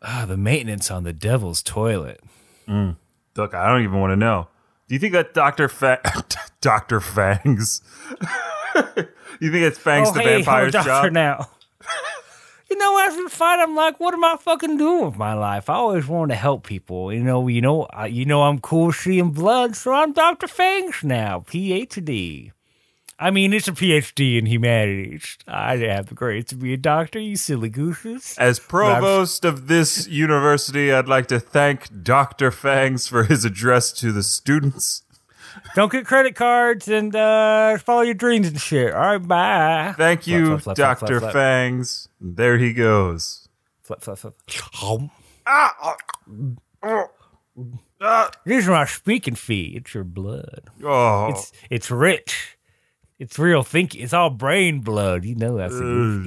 Speaker 3: ah the maintenance on the devil's toilet
Speaker 2: Look, I don't even want to know. Do you think that Doctor Fa- Doctor Fangs? you think it's
Speaker 3: Oh,
Speaker 2: Fangs the vampire's job?
Speaker 3: now you know after the fight i'm like what am i fucking doing with my life i always want to help people you know you know I, you know i'm cool seeing blood so i'm dr fangs now phd i mean it's a phd in humanities i didn't have the grades to be a doctor you silly gooses
Speaker 2: As provost of this university, I'd like to thank Dr. Fangs for his address to the students.
Speaker 3: don't get credit cards and uh follow your dreams and shit all right bye
Speaker 2: Thank you,
Speaker 3: Flap, flap, flap, flap,
Speaker 2: Dr.
Speaker 3: flap, flap.
Speaker 2: Fangs. There he goes.
Speaker 3: Flip, flip, flip. Here's my speaking fee. It's your blood.
Speaker 2: Oh,
Speaker 3: It's it's rich. It's real thinking. It's all brain blood. You know that's the good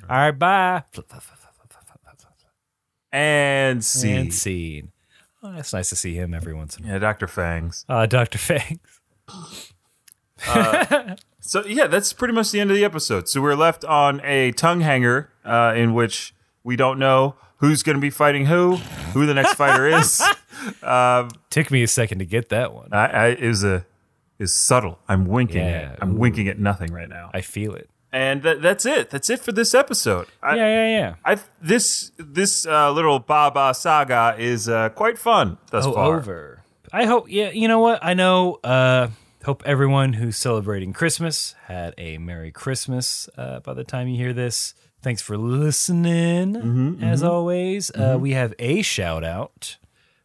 Speaker 3: stuff. All right, bye.
Speaker 2: and see.
Speaker 3: And scene. Oh, that's nice to see him every once in a
Speaker 2: Yeah, Dr. Fangs.
Speaker 3: while. Uh, Dr. Fangs.
Speaker 2: So yeah, that's pretty much the end of the episode. So we're left on a tongue hanger uh, in which we don't know who's going to be fighting who, who the next fighter is.
Speaker 3: Took me a second to get that one.
Speaker 2: I, I is a is subtle. I'm winking.
Speaker 3: Yeah,
Speaker 2: at, I'm winking at nothing right now.
Speaker 3: I feel it.
Speaker 2: And that, that's it. That's it for this episode. I,
Speaker 3: Yeah, yeah, yeah.
Speaker 2: I this this uh, little Baba saga is uh, quite fun thus
Speaker 3: Oh,
Speaker 2: far.
Speaker 3: over. I hope. Yeah, you know what? I know. Uh, hope everyone who's celebrating Christmas had a Merry Christmas. Uh, by the time you hear this, thanks for listening. as always, uh, we have a shout out.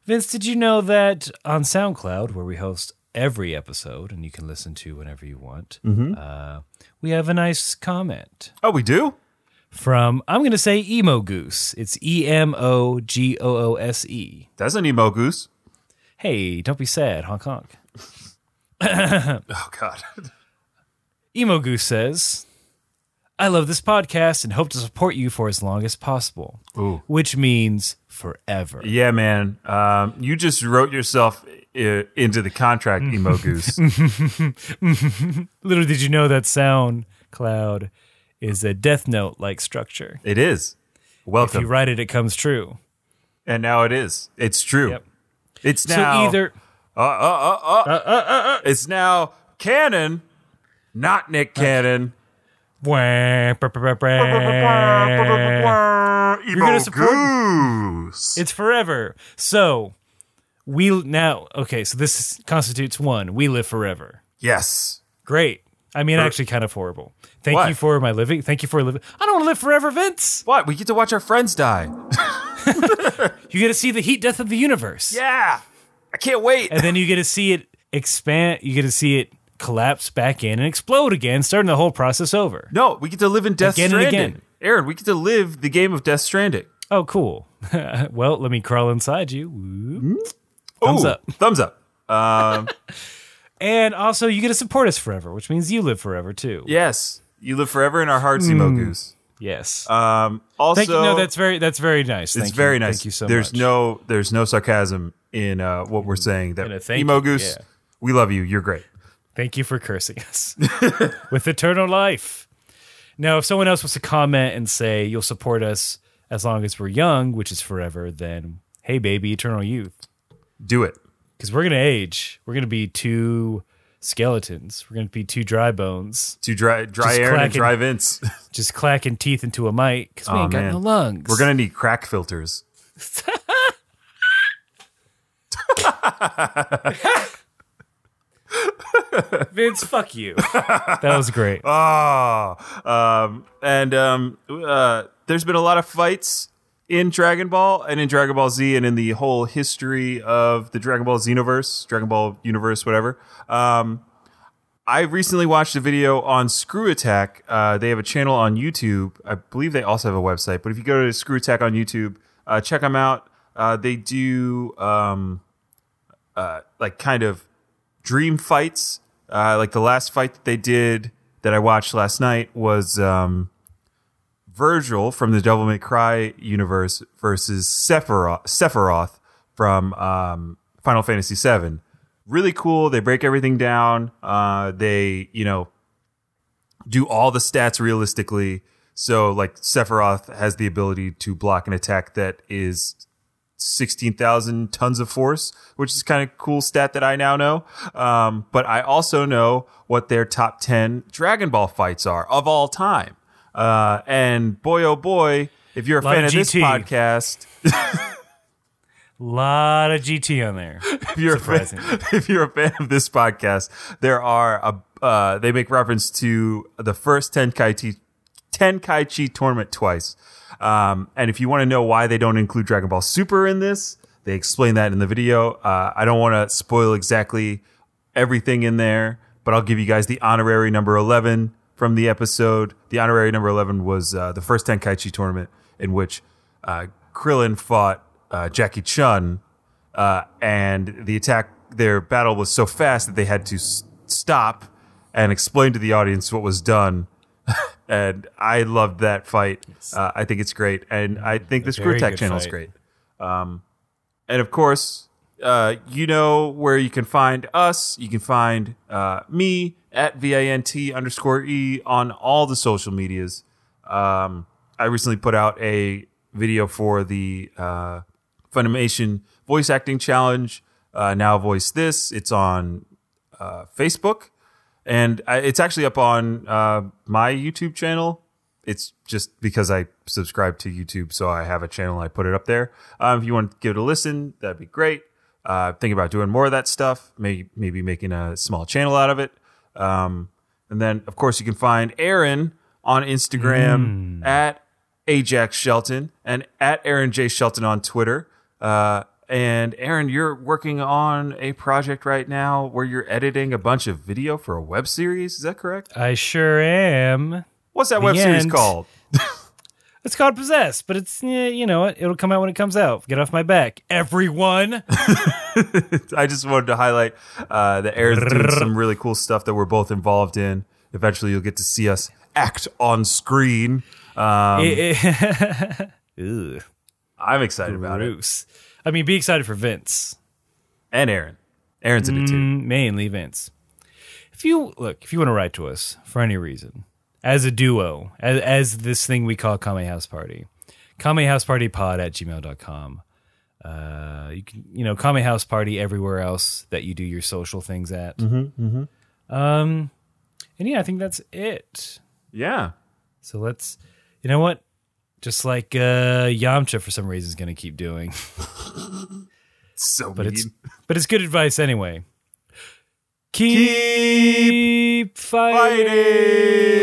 Speaker 3: Vince, did you know that on SoundCloud, where we host every episode and you can listen to whenever you want, uh, we have a nice comment
Speaker 2: Oh, we do.
Speaker 3: from I'm going to say Emo Goose. It's E M O G O O S E.
Speaker 2: That's an emo goose.
Speaker 3: Hey, don't be sad, honk honk.
Speaker 2: Oh God.
Speaker 3: Emo Goose says, I love this podcast and hope to support you for as long as possible,
Speaker 2: Ooh.
Speaker 3: which means forever.
Speaker 2: Yeah, man. Um, you just wrote yourself I- into the contract,
Speaker 3: Mm.
Speaker 2: emo goose.
Speaker 3: Little did you know that sound cloud is a death note like structure.
Speaker 2: It is.
Speaker 3: If you
Speaker 2: Welcome.
Speaker 3: write it, it comes true.
Speaker 2: and now it is. It's true.
Speaker 3: Yep.
Speaker 2: It's now
Speaker 3: So either,
Speaker 2: it's now canon, not Nick Cannon.
Speaker 3: Wah, brr, brr, brr, brr.
Speaker 2: You're
Speaker 3: gonna support-
Speaker 2: goose.
Speaker 3: it's forever. So we now, okay, so this constitutes one. We live forever.
Speaker 2: yes.
Speaker 3: Great. I mean, actually, kind of horrible. Thank
Speaker 2: Why?
Speaker 3: you for my living. Thank you for living. I don't want to live forever, Vince.
Speaker 2: What? We get to watch our friends die.
Speaker 3: You get to see the heat death of the universe.
Speaker 2: Yeah. I can't wait.
Speaker 3: And then you get to see it expand. You get to see it collapse back in and explode again, starting the whole process over.
Speaker 2: No, we get to live in Death
Speaker 3: Again and
Speaker 2: Stranding.
Speaker 3: again.
Speaker 2: Aaron, we get to live the game of Death Stranding.
Speaker 3: Oh, cool. well, let me crawl inside you.
Speaker 2: Mm-hmm.
Speaker 3: Whoop. Thumbs
Speaker 2: Ooh,
Speaker 3: up.
Speaker 2: Thumbs up.
Speaker 3: And also, you get to support us forever, which means you live forever, too.
Speaker 2: Yes. You live forever in our hearts, emo goose.
Speaker 3: Yes.
Speaker 2: Um,
Speaker 3: Hmm.
Speaker 2: also,
Speaker 3: Thank you. No, that's very that's very nice.
Speaker 2: it's
Speaker 3: Thank you.
Speaker 2: very nice.
Speaker 3: Thank you so
Speaker 2: there's
Speaker 3: much. Mm-hmm.
Speaker 2: no there's no sarcasm in uh, what we're saying. That
Speaker 3: In a thank
Speaker 2: emo
Speaker 3: you,
Speaker 2: goose,
Speaker 3: yeah.
Speaker 2: we love you. You're great.
Speaker 3: Thank you for cursing us with eternal life. Now, if someone else was to comment and say you'll support us as long as we're young, which is forever, then hey, baby, eternal youth.
Speaker 2: Do it.
Speaker 3: Because we're going to age. We're going to be two skeletons. We're going to be two dry bones,
Speaker 2: To dry dry
Speaker 3: Just
Speaker 2: Aaron and
Speaker 3: clacking.
Speaker 2: dry Vince.
Speaker 3: just clacking teeth into a mic because we
Speaker 2: Aw,
Speaker 3: ain't got
Speaker 2: man.
Speaker 3: no lungs.
Speaker 2: we're gonna need crack filters.
Speaker 3: Vince, fuck you. that was great.
Speaker 2: Uh, Ah, um, and um, uh, there's been a lot of fights in Dragon Ball and in Dragon Ball Z and in the whole history of the Dragon Ball Xenoverse, Dragon Ball Universe, whatever. Um, I recently watched a video on Screw Attack. Uh, they have a channel on YouTube. I believe they also have a website, but if you go to Screw Attack on YouTube, uh, check them out. Uh, they do um, uh, like kind of dream fights. Uh, like the last fight that they did that I watched last night was um, Virgil from the Devil May Cry universe versus Sephiroth, Sephiroth from um, Final Fantasy VII. Really cool. They break everything down. Uh, they, you know, do all the stats realistically. So, like, Sephiroth has the ability to block an attack that is 16,000 tons of force, which is kind of cool stat that I now know. Um, but I also know what their top 10 Dragon Ball fights are of all time. Uh, and boy, oh boy, if you're a
Speaker 3: Lot
Speaker 2: fan
Speaker 3: of
Speaker 2: of this
Speaker 3: GT.
Speaker 2: podcast,
Speaker 3: lot of GT on there.
Speaker 2: if you're, a fan,
Speaker 3: Surprising.
Speaker 2: if you're a fan of this podcast, there are, a, uh, they make reference to the first 10 Kaichi, 10 Kaichi tournament twice. Um, and if you want to know why they don't include Dragon Ball Super in this, they explain that in the video. Uh, I don't want to spoil exactly everything in there, but I'll give you guys the honorary number 11 from the episode. The honorary number 11 was uh, the first Tenkaichi tournament in which uh, Krillin fought uh, Jackie Chun, uh, and the attack, their battle was so fast that they had to s- stop and explain to the audience what was done. and I loved that fight. Uh, I think it's great. And I think the Screw
Speaker 3: very
Speaker 2: Attack
Speaker 3: good
Speaker 2: channel is
Speaker 3: fight.
Speaker 2: great. Um, and of course, uh, you know where you can find us. You can find uh, me at vint underscore e on all the social medias. Um, I recently put out a video for the uh, Funimation voice acting challenge. Uh, now voice this. It's on uh, Facebook, and I, it's actually up on uh, my YouTube channel. It's just because I subscribe to YouTube, so I have a channel. I put it up there. Um, if you want to give it a listen, that'd be great. Uh, thinking about doing more of that stuff. Maybe maybe making a small channel out of it. Um, and then of course you can find Aaron on Instagram
Speaker 3: Hmm.
Speaker 2: at Ajax Shelton and at Aaron J Shelton on Twitter. Uh, and Aaron, you're working on a project right now where you're editing a bunch of video for a web series. Is that correct?
Speaker 3: I sure am.
Speaker 2: What's that web series
Speaker 3: Uh, end.
Speaker 2: called?
Speaker 3: It's called Possess, but it's, eh, you know, it- it'll come out when it comes out. Get off my back, everyone.
Speaker 2: I just wanted to highlight uh, that Aaron's doing some really cool stuff that we're both involved in. Eventually, you'll get to see us act on screen. Um,
Speaker 3: Ew,
Speaker 2: I'm excited about it.
Speaker 3: gross. I mean, be excited for Vince,
Speaker 2: And Aaron. Aaron's in it too.
Speaker 3: Mm, mainly Vince. If you look, if you want to write to us for any reason, as a duo, as, as this thing we call Kame House Party, Kame House Party Pod at gmail.com. Uh, you can, you know, Kame House Party everywhere else that you do your social things at. Mm-hmm, Um, and yeah, I think that's it.
Speaker 2: Yeah.
Speaker 3: So let's, you know what? Just like uh, Yamcha for some reason is going to keep doing,
Speaker 2: So
Speaker 3: but it's
Speaker 2: mean.
Speaker 3: but it's good advice anyway. Keep, fighting.
Speaker 2: Fighting!